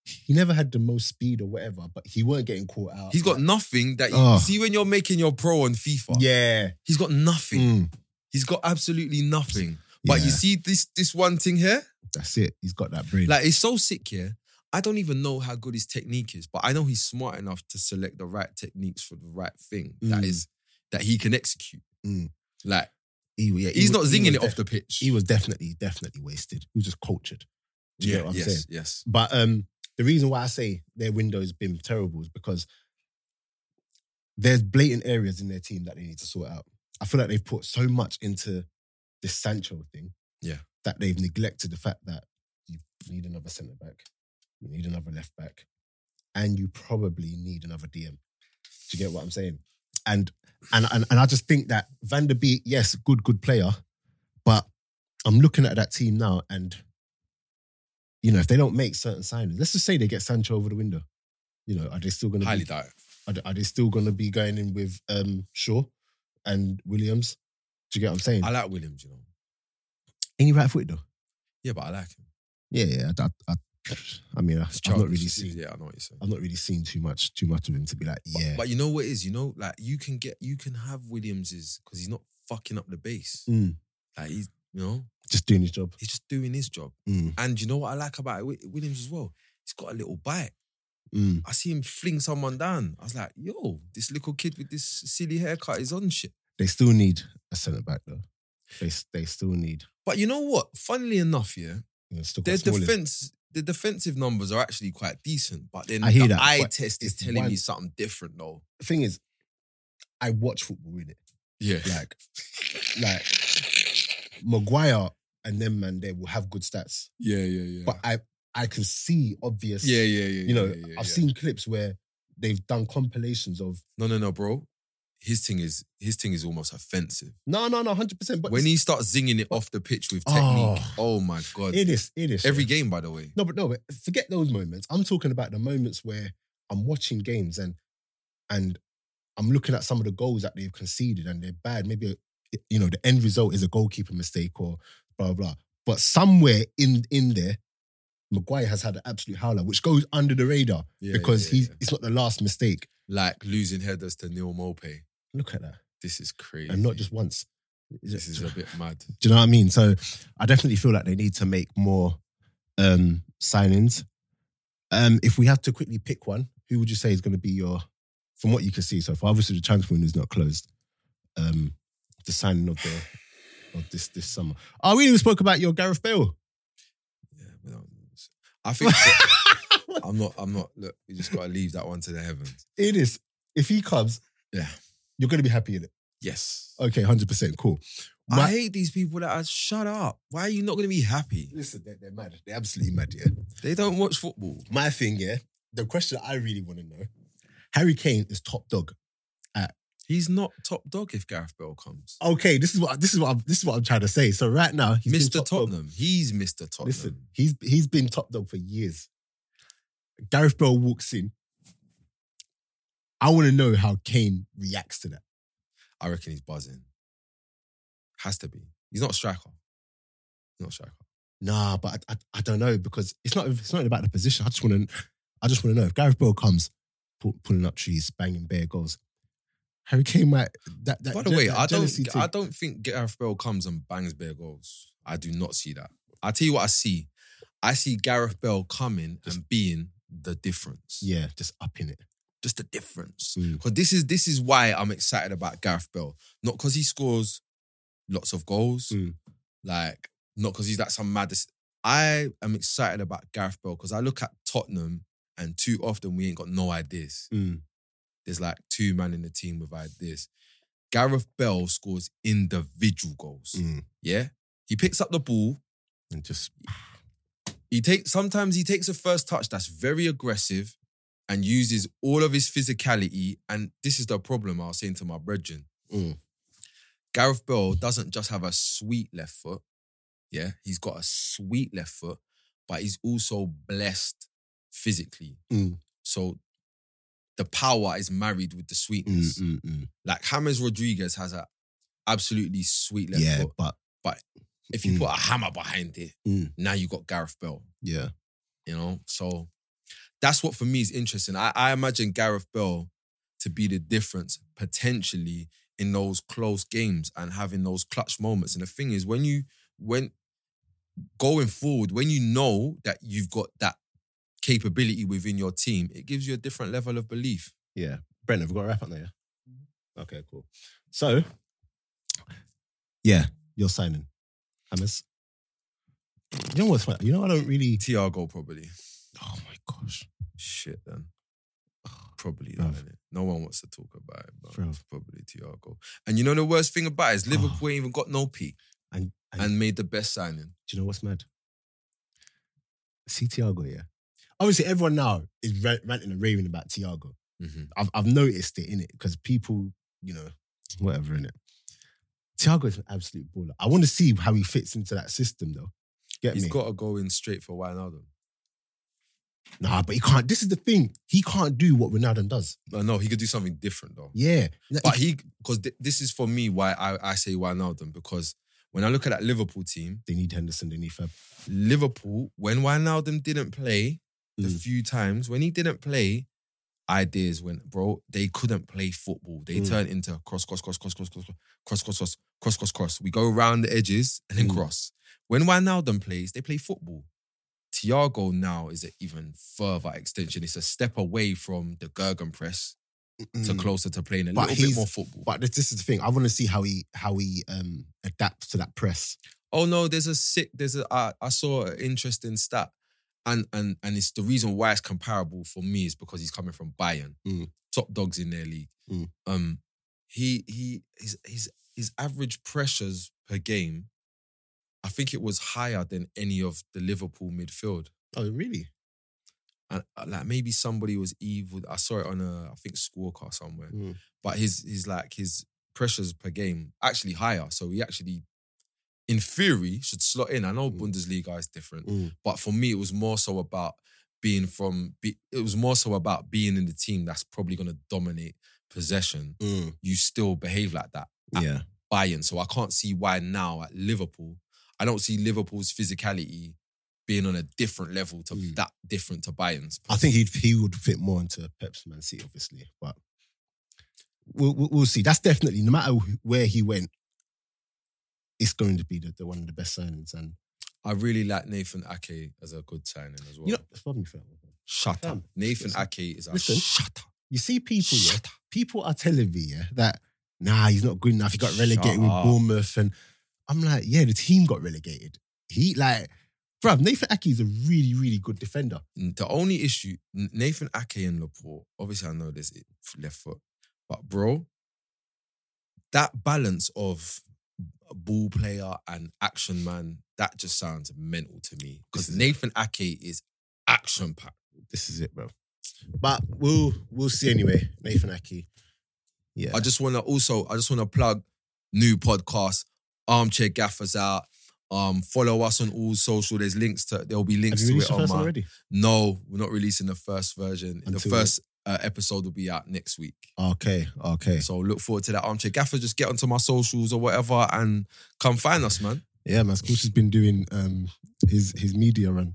S2: he never had the most speed or whatever, but he weren't getting caught out.
S1: he's got nothing that you
S2: Oh.
S1: see when you're making your pro on FIFA.
S2: Yeah. Mm.
S1: He's got nothing. He's got absolutely nothing. But you
S2: Yeah.
S1: see this this one thing here?
S2: That's it. He's got that brain.
S1: Like it's so sick here. I don't even know how good his technique is, but I know he's smart enough to select the right techniques for the right thing that
S2: Mm.
S1: is that he can execute.
S2: Mm.
S1: Like
S2: he, yeah, he
S1: he's
S2: was-
S1: not
S2: he
S1: zinging
S2: was
S1: it off
S2: def-
S1: the pitch.
S2: He was definitely, definitely wasted. He was just cultured. Do you
S1: yeah,
S2: get what I'm
S1: yes,
S2: saying?
S1: yes.
S2: But um, the reason why I say their window's been terrible is because there's blatant areas in their team that they need to sort out. I feel like they've put so much into this Sancho thing,
S1: Yeah.
S2: that they've neglected the fact that you need another centre back, you need another left back, and you probably need another DM. Do you get what I'm saying? And and and, and I just think that Van der Beek, yes, good good player, but I'm looking at that team now, and you know if they don't make certain signings, let's just say they get Sancho over the window. You know, are they still going to
S1: Highly
S2: be
S1: doubt it.
S2: are, are they still going to be going in with um, Shaw and Williams? Do you get what I'm saying?
S1: I like Williams, you know.
S2: Any right footed though?
S1: Yeah, but I like him.
S2: Yeah, yeah. I, I, I, I mean, I've not really
S1: Childish,
S2: seen.
S1: Yeah, I know what you're saying.
S2: I've not really seen too much, too much of him to be like,
S1: But-
S2: yeah,
S1: But, you know what it is, you know, like you can get you can have Williams's because he's not fucking up the base.
S2: Mm.
S1: Like he's you know,
S2: just doing his job.
S1: he's just doing his job.
S2: Mm,
S1: And you know what I like about Wi- Williams as well? He's got a little bite.
S2: mm.
S1: I see him fling someone down. I was like, yo, this little kid with this silly haircut is on shit.
S2: They still need a centre back though. They they still need.
S1: But you know what? Funnily enough, yeah,
S2: You know, still got
S1: their
S2: Smalling.
S1: defense, the defensive numbers are actually quite decent. But then
S2: I hear
S1: the
S2: that,
S1: eye
S2: but
S1: test is
S2: it's
S1: telling me
S2: one-
S1: something different, though.
S2: The thing is, I watch football in it.
S1: Yeah,
S2: Like, like Maguire and them man, they will have good stats,
S1: yeah, yeah, yeah.
S2: but I I can see obvious.
S1: yeah, yeah, yeah.
S2: You know,
S1: yeah, yeah,
S2: I've
S1: yeah.
S2: seen clips where they've done compilations of
S1: No, no, no, bro. His thing is his thing is almost offensive.
S2: no, no, no, hundred percent. But
S1: when
S2: it's-
S1: he starts zinging it off the pitch with technique,
S2: Oh.
S1: oh, my god!
S2: it is, it is
S1: Every
S2: yeah.
S1: game, by the way.
S2: No, but no, but forget those moments. I'm talking about the moments where I'm watching games and and I'm looking at some of the goals that they've conceded and they're bad. Maybe eh, you know the end result is a goalkeeper mistake or blah blah. But somewhere in in there, Maguire has had an absolute howler, which goes under the radar
S1: Yeah,
S2: because
S1: yeah,
S2: he
S1: yeah.
S2: it's not the last mistake.
S1: like losing headers to Neil Mope.
S2: Look at that,
S1: This is crazy.
S2: and not just once.
S1: this is a bit mad.
S2: Do you know what I mean? So I definitely feel like they need to make more um signings. Um, if we have to quickly pick one, who would you say is going to be your, from what you can see so far? Obviously, the transfer window is not closed. Um, the signing of the of this this summer. Oh, we even spoke about your Gareth Bale.
S1: Yeah, we don't, I think I'm not. I'm not. Look, you just gotta leave that one to the heavens.
S2: it is. If he comes,
S1: Yeah.
S2: you're going to be happy in it.
S1: Yes.
S2: Okay, hundred percent, cool.
S1: I
S2: Oh, My-
S1: hate these people that are shut up. Why are you not gonna be happy?
S2: listen, they're, they're mad. They're absolutely mad. Yeah.
S1: They don't watch football.
S2: my thing, yeah. The question I really want to know: Harry Kane is top dog.
S1: He's not top dog if Gareth Bell comes.
S2: Okay, this is what this is what I'm, this is what I'm trying to say. So right now, he's been
S1: Mr.
S2: top dog.
S1: Tottenham. He's Mr. Tottenham.
S2: Listen, he's he's been top dog for years. Gareth Bale walks in. I want to know how Kane reacts to that.
S1: I reckon he's buzzing. Has to be. He's not a striker. He's not a striker.
S2: Nah, but I, I, I don't know because it's not it's not about the position. I just want to I just want to know if Gareth Bale comes pull, pulling up trees, banging bare goals. Harry Kane might. That, that
S1: By the
S2: je-
S1: way,
S2: that
S1: I don't
S2: jealousy thing-
S1: I don't think Gareth Bale comes and bangs bare goals. I do not see that. I tell you what I see. I see Gareth Bale coming and being the difference.
S2: yeah, just up in it.
S1: Just the difference.
S2: Mm.
S1: Because this is this is why I'm excited about Gareth Bell. Not because he scores lots of goals,
S2: Mm.
S1: like not because he's like some maddest. I am excited about Gareth Bell because I look at Tottenham and too often we ain't got no ideas.
S2: Mm.
S1: There's like two man in the team with ideas. Gareth Bell scores individual goals.
S2: Mm.
S1: Yeah, he picks up the ball.
S2: And just
S1: He takes sometimes he takes a first touch that's very aggressive and uses all of his physicality. And this is the problem I was saying to my brethren.
S2: Mm.
S1: Gareth Bell doesn't just have a sweet left foot. Yeah, he's got a sweet left foot, but he's also blessed physically.
S2: Mm.
S1: So the power is married with the sweetness.
S2: mm, mm.
S1: Like James Rodriguez has a absolutely sweet left
S2: yeah,
S1: foot.
S2: but
S1: If you
S2: Mm.
S1: put a hammer behind it,
S2: Mm.
S1: now you got Gareth Bell.
S2: yeah,
S1: you know. So that's what for me is interesting. I, I imagine Gareth Bell to be the difference potentially in those close games and having those clutch moments. And the thing is, when you when going forward, when you know that you've got that capability within your team, it gives you a different level of belief.
S2: yeah. Brent, have we got a wrap up there?
S1: Mm-hmm.
S2: Yeah? Okay, cool. So, yeah, you're signing, Hammers. You know what's funny? You know I don't really.
S1: Tiago probably.
S2: Oh my gosh,
S1: Shit, then. Probably not,
S2: Bruv.
S1: innit? No one wants to talk about it, but
S2: Bruv. Ah.
S1: it's probably Thiago. And you know the worst thing about it is Liverpool ain't even got no peak
S2: And- and-
S1: and made the best signing.
S2: do you know what's mad? See Tiago, yeah. Obviously, everyone now is ra- ranting and raving about Tiago.
S1: Mm-hmm.
S2: I've I've noticed it in it because people, you know, whatever in it. Thiago is an absolute baller. I want to see how he fits into that system though. Get
S1: He's
S2: me?
S1: got to go in straight for Wijnaldum.
S2: nah, but he can't. This is the thing. He can't do what Ronaldo does.
S1: No, no, he could do something different though.
S2: Yeah, Like,
S1: But he, because th- this is for me why I, I say Wijnaldum because when I look at that Liverpool team,
S2: they need Henderson. They need Fab.
S1: Liverpool when Wijnaldum didn't play the
S2: Mm.
S1: few times when he didn't play, ideas went, bro. They couldn't play football. They
S2: Mm.
S1: turned into cross, cross, cross, cross, cross, cross, cross, cross, cross, cross, cross, cross. We go around the edges and then
S2: Mm.
S1: cross. When Wijnaldum plays, they play football. Thiago now is an even further extension. It's a step away from the Gergen press to closer to playing a
S2: Mm. But
S1: little bit
S2: he's-
S1: more football.
S2: But this, this is the thing. I want to see how he how he um adapts to that press.
S1: oh no, there's a sick, there's a I, I saw an interesting stat, and and and it's the reason why it's comparable for me is because he's coming from Bayern,
S2: Mm.
S1: top dogs in their league.
S2: Mm.
S1: Um, he he his his his average pressures per game, I think it was higher than any of the Liverpool midfield.
S2: Oh really?
S1: And uh, like maybe somebody was evil. I saw it on a I think scorecard somewhere.
S2: Mm.
S1: But his his like his pressures per game actually higher. So he actually, in theory, should slot in. I know
S2: Mm.
S1: Bundesliga is different,
S2: Mm.
S1: but for me, it was more so about being from. Be, it was more so about being in the team that's probably going to dominate possession. You still behave like that,
S2: mm. Yeah.
S1: Bayern. So I can't see why now at Liverpool, I don't see Liverpool's physicality being on a different level to
S2: Mm.
S1: that different to Bayern's.
S2: I think he he would fit more into Pep's Man City, obviously, but we'll, we'll we'll see. That's definitely no matter wh- where he went, it's going to be the, the one of the best signings. And
S1: I really like Nathan Ake as a good signing as well.
S2: you know, pardon me for that. one.
S1: Shut up.
S2: Fam,
S1: Nathan
S2: listen.
S1: Ake is a
S2: Listen.
S1: shut up.
S2: You see, people, yeah,
S1: Shut up.
S2: people are telling me yeah, that nah, he's not good enough. He got
S1: Shut
S2: relegated with
S1: up.
S2: Bournemouth, and I'm like, yeah, the team got relegated. He like, bruv, Nathan Aki is a really really good defender.
S1: The only issue, N- Nathan Ake and Laporte, obviously I know this it- left foot, but bro, that balance of ball player and action man, that just sounds mental to me.
S2: This
S1: Because
S2: is-
S1: Nathan Ake is action packed.
S2: This is it, bro. But we'll we'll see anyway. Nathan Aki, yeah.
S1: I just wanna also, I just wanna plug new podcast, Armchair Gaffers out. Um, follow us on all social. There's links to there'll be links
S2: Have
S1: to
S2: you reached
S1: it
S2: the
S1: on
S2: first
S1: my
S2: already?
S1: No, we're not releasing the first version.
S2: Until-
S1: the first uh, episode will be out next week.
S2: Okay, okay.
S1: So look forward to that armchair gaffer. Just get onto my socials or whatever and come find us, man.
S2: Yeah, man, Scorch has been doing um his his media run.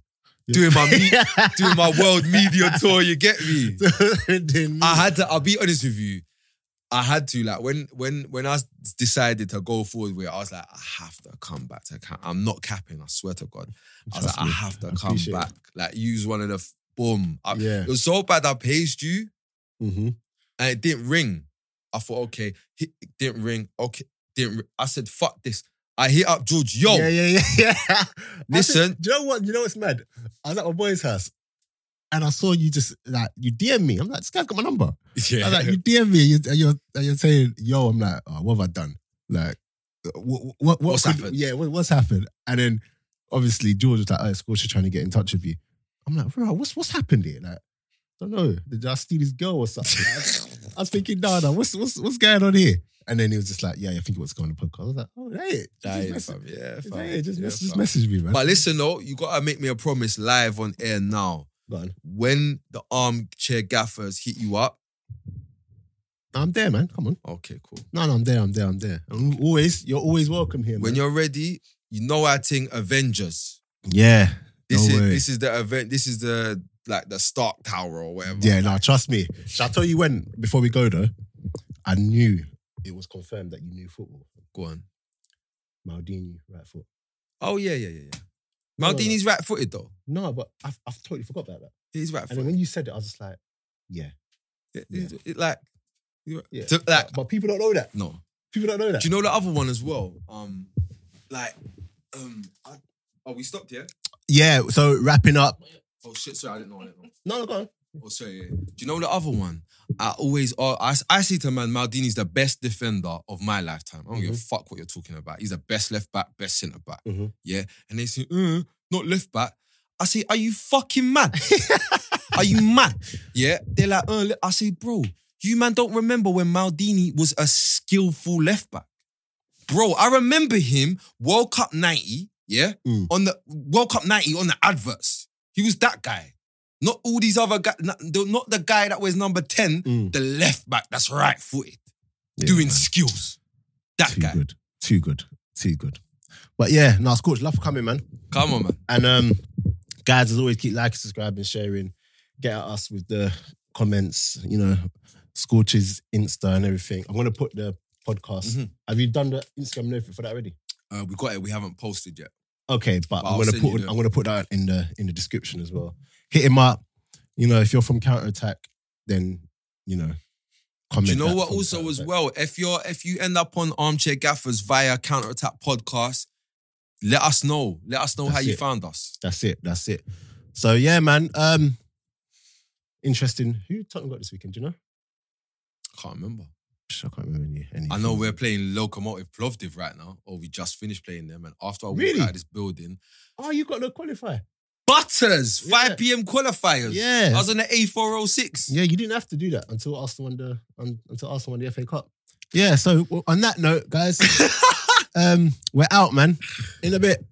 S1: Doing my me- doing my world media tour, you get me?
S2: Doing
S1: I had to, I'll be honest with you. I had to like when when when I decided to go forward with it, I was like, I have to come back to camp. I'm not capping, I swear to God. I was
S2: Trust
S1: like, "Ah,
S2: me.
S1: I have to
S2: I
S1: come
S2: appreciate it.
S1: back. Like use one of the f- boom. I-
S2: yeah.
S1: It was so bad I paged you.
S2: Mm-hmm.
S1: and it didn't ring. I thought, okay, hit- it didn't ring. Okay, didn't. Ring. I said, fuck this. I hit up George. Yo,
S2: Yeah, yeah, yeah, yeah. I
S1: Listen.
S2: said- do you know what? You know what's mad? I was at my boy's house and I saw you just like you DM me. I'm like, this guy's got my number. I was like, you DM me and you're and you're saying, yo, I'm like, oh, what have I done? Like, what, what,
S1: What's
S2: what's could,
S1: happened?
S2: happened? Yeah, what, what's happened? And then obviously George was like, oh, Scorch trying to get in touch with you. I'm like, bro, what's what's happened here? Like, don't know. Did I steal his girl or something? I was- I was thinking, nah, nah, what's what's what's going on here? And then he was just like, yeah, I think it was going on the podcast. I was like, oh, that it.
S1: Nah,
S2: Just
S1: yeah,
S2: message-
S1: fam. um, Yeah,
S2: is
S1: fam.
S2: that it? Just,
S1: Yeah,
S2: mess- just
S1: fam.
S2: message me, man.
S1: But listen though, you gotta make me a promise live on air now.
S2: Go on.
S1: When the armchair gaffers hit you up,
S2: Nah, I'm there, man. Come on.
S1: okay, cool.
S2: No, no, I'm there. I'm there. I'm there. And always, you're always welcome here, man.
S1: When you're ready, you know our thing, Avengers.
S2: yeah.
S1: This
S2: No
S1: is
S2: way.
S1: this is the event. This is the like the Stark Tower or whatever.
S2: Yeah, no, trust me. Shall I tell you when, before we go though? I knew it was confirmed that you knew football.
S1: Go on.
S2: Maldini, right foot.
S1: Oh yeah, yeah, yeah, yeah.
S2: on.
S1: Maldini's right footed though.
S2: No, but I've, I've totally forgot about that.
S1: He's right
S2: And then
S1: footed.
S2: when you said it, I was just like, yeah.
S1: It,
S2: Yeah.
S1: it- it, like, you-
S2: yeah.
S1: to- like
S2: but, but people don't know that.
S1: No.
S2: People don't know that.
S1: Do you know the other one as well? Um, like, um, I, oh, we stopped here.
S2: yeah, so wrapping up,
S1: Oh shit! Sorry, I didn't know that. one.
S2: No, go on.
S1: Oh sorry. yeah. Do you know the other one? I always, uh, I, I say to man, Maldini's the best defender of my lifetime. I don't give a
S2: Mm-hmm.
S1: fuck what you're talking about. He's the best left back, best centre back.
S2: Mhm.
S1: Yeah, and they say, uh, not left back. I say, are you fucking mad? are you mad? Yeah, they're like, uh, le-" I say, bro, you man don't remember when Maldini was a skillful left back. Bro, I remember him World Cup 90, yeah?
S2: Mm.
S1: On the World Cup 90 on the adverts. He was that guy. Not all these other guys, not, the- not the guy that was number 10,
S2: Mm.
S1: the left back that's right footed,
S2: Yeah,
S1: doing
S2: man.
S1: skills. That
S2: too
S1: guy.
S2: good, too good, too good. But yeah, no, it's cool. Love for coming, man.
S1: Come on, man.
S2: And um, guys, as always, keep liking, subscribing, sharing. Get at us with the comments. You know, Scorch's Insta and everything. I'm gonna put the podcast.
S1: Mhm.
S2: Have you done the Instagram and everything for that already?
S1: Uh, we got it. We haven't posted yet.
S2: Okay, but
S1: But
S2: I'm
S1: I'll
S2: gonna
S1: send you
S2: put
S1: the-
S2: I'm gonna put that in the in the description as well. Hit him up. You know, if you're from counter attack, then you know, comment.
S1: Do you know
S2: that
S1: what?
S2: from
S1: Also, as
S2: counterattack.
S1: well, if you're if you end up on Armchair Gaffers via Counterattack Podcast, let us know. Let us know how
S2: That's
S1: you
S2: it.
S1: found us.
S2: That's it. That's it. So yeah, man. Um, interesting. Who Tottenham got this weekend? Do you know?
S1: Can't remember.
S2: Sh- I can't remember any. any
S1: I know we're playing Lokomotiv Plovdiv right now, or we just finished playing them. And after I walk
S2: Really?
S1: out of this building,
S2: Oh, you got the qualifier.
S1: Butters,
S2: Yeah.
S1: 5 p.m. qualifiers.
S2: Yeah.
S1: I was on the A406.
S2: Yeah, you didn't have to do that until Arsenal won the un, until Arsenal won the FA Cup. Yeah. So well, on that note, guys, um, we're out, man. In a bit.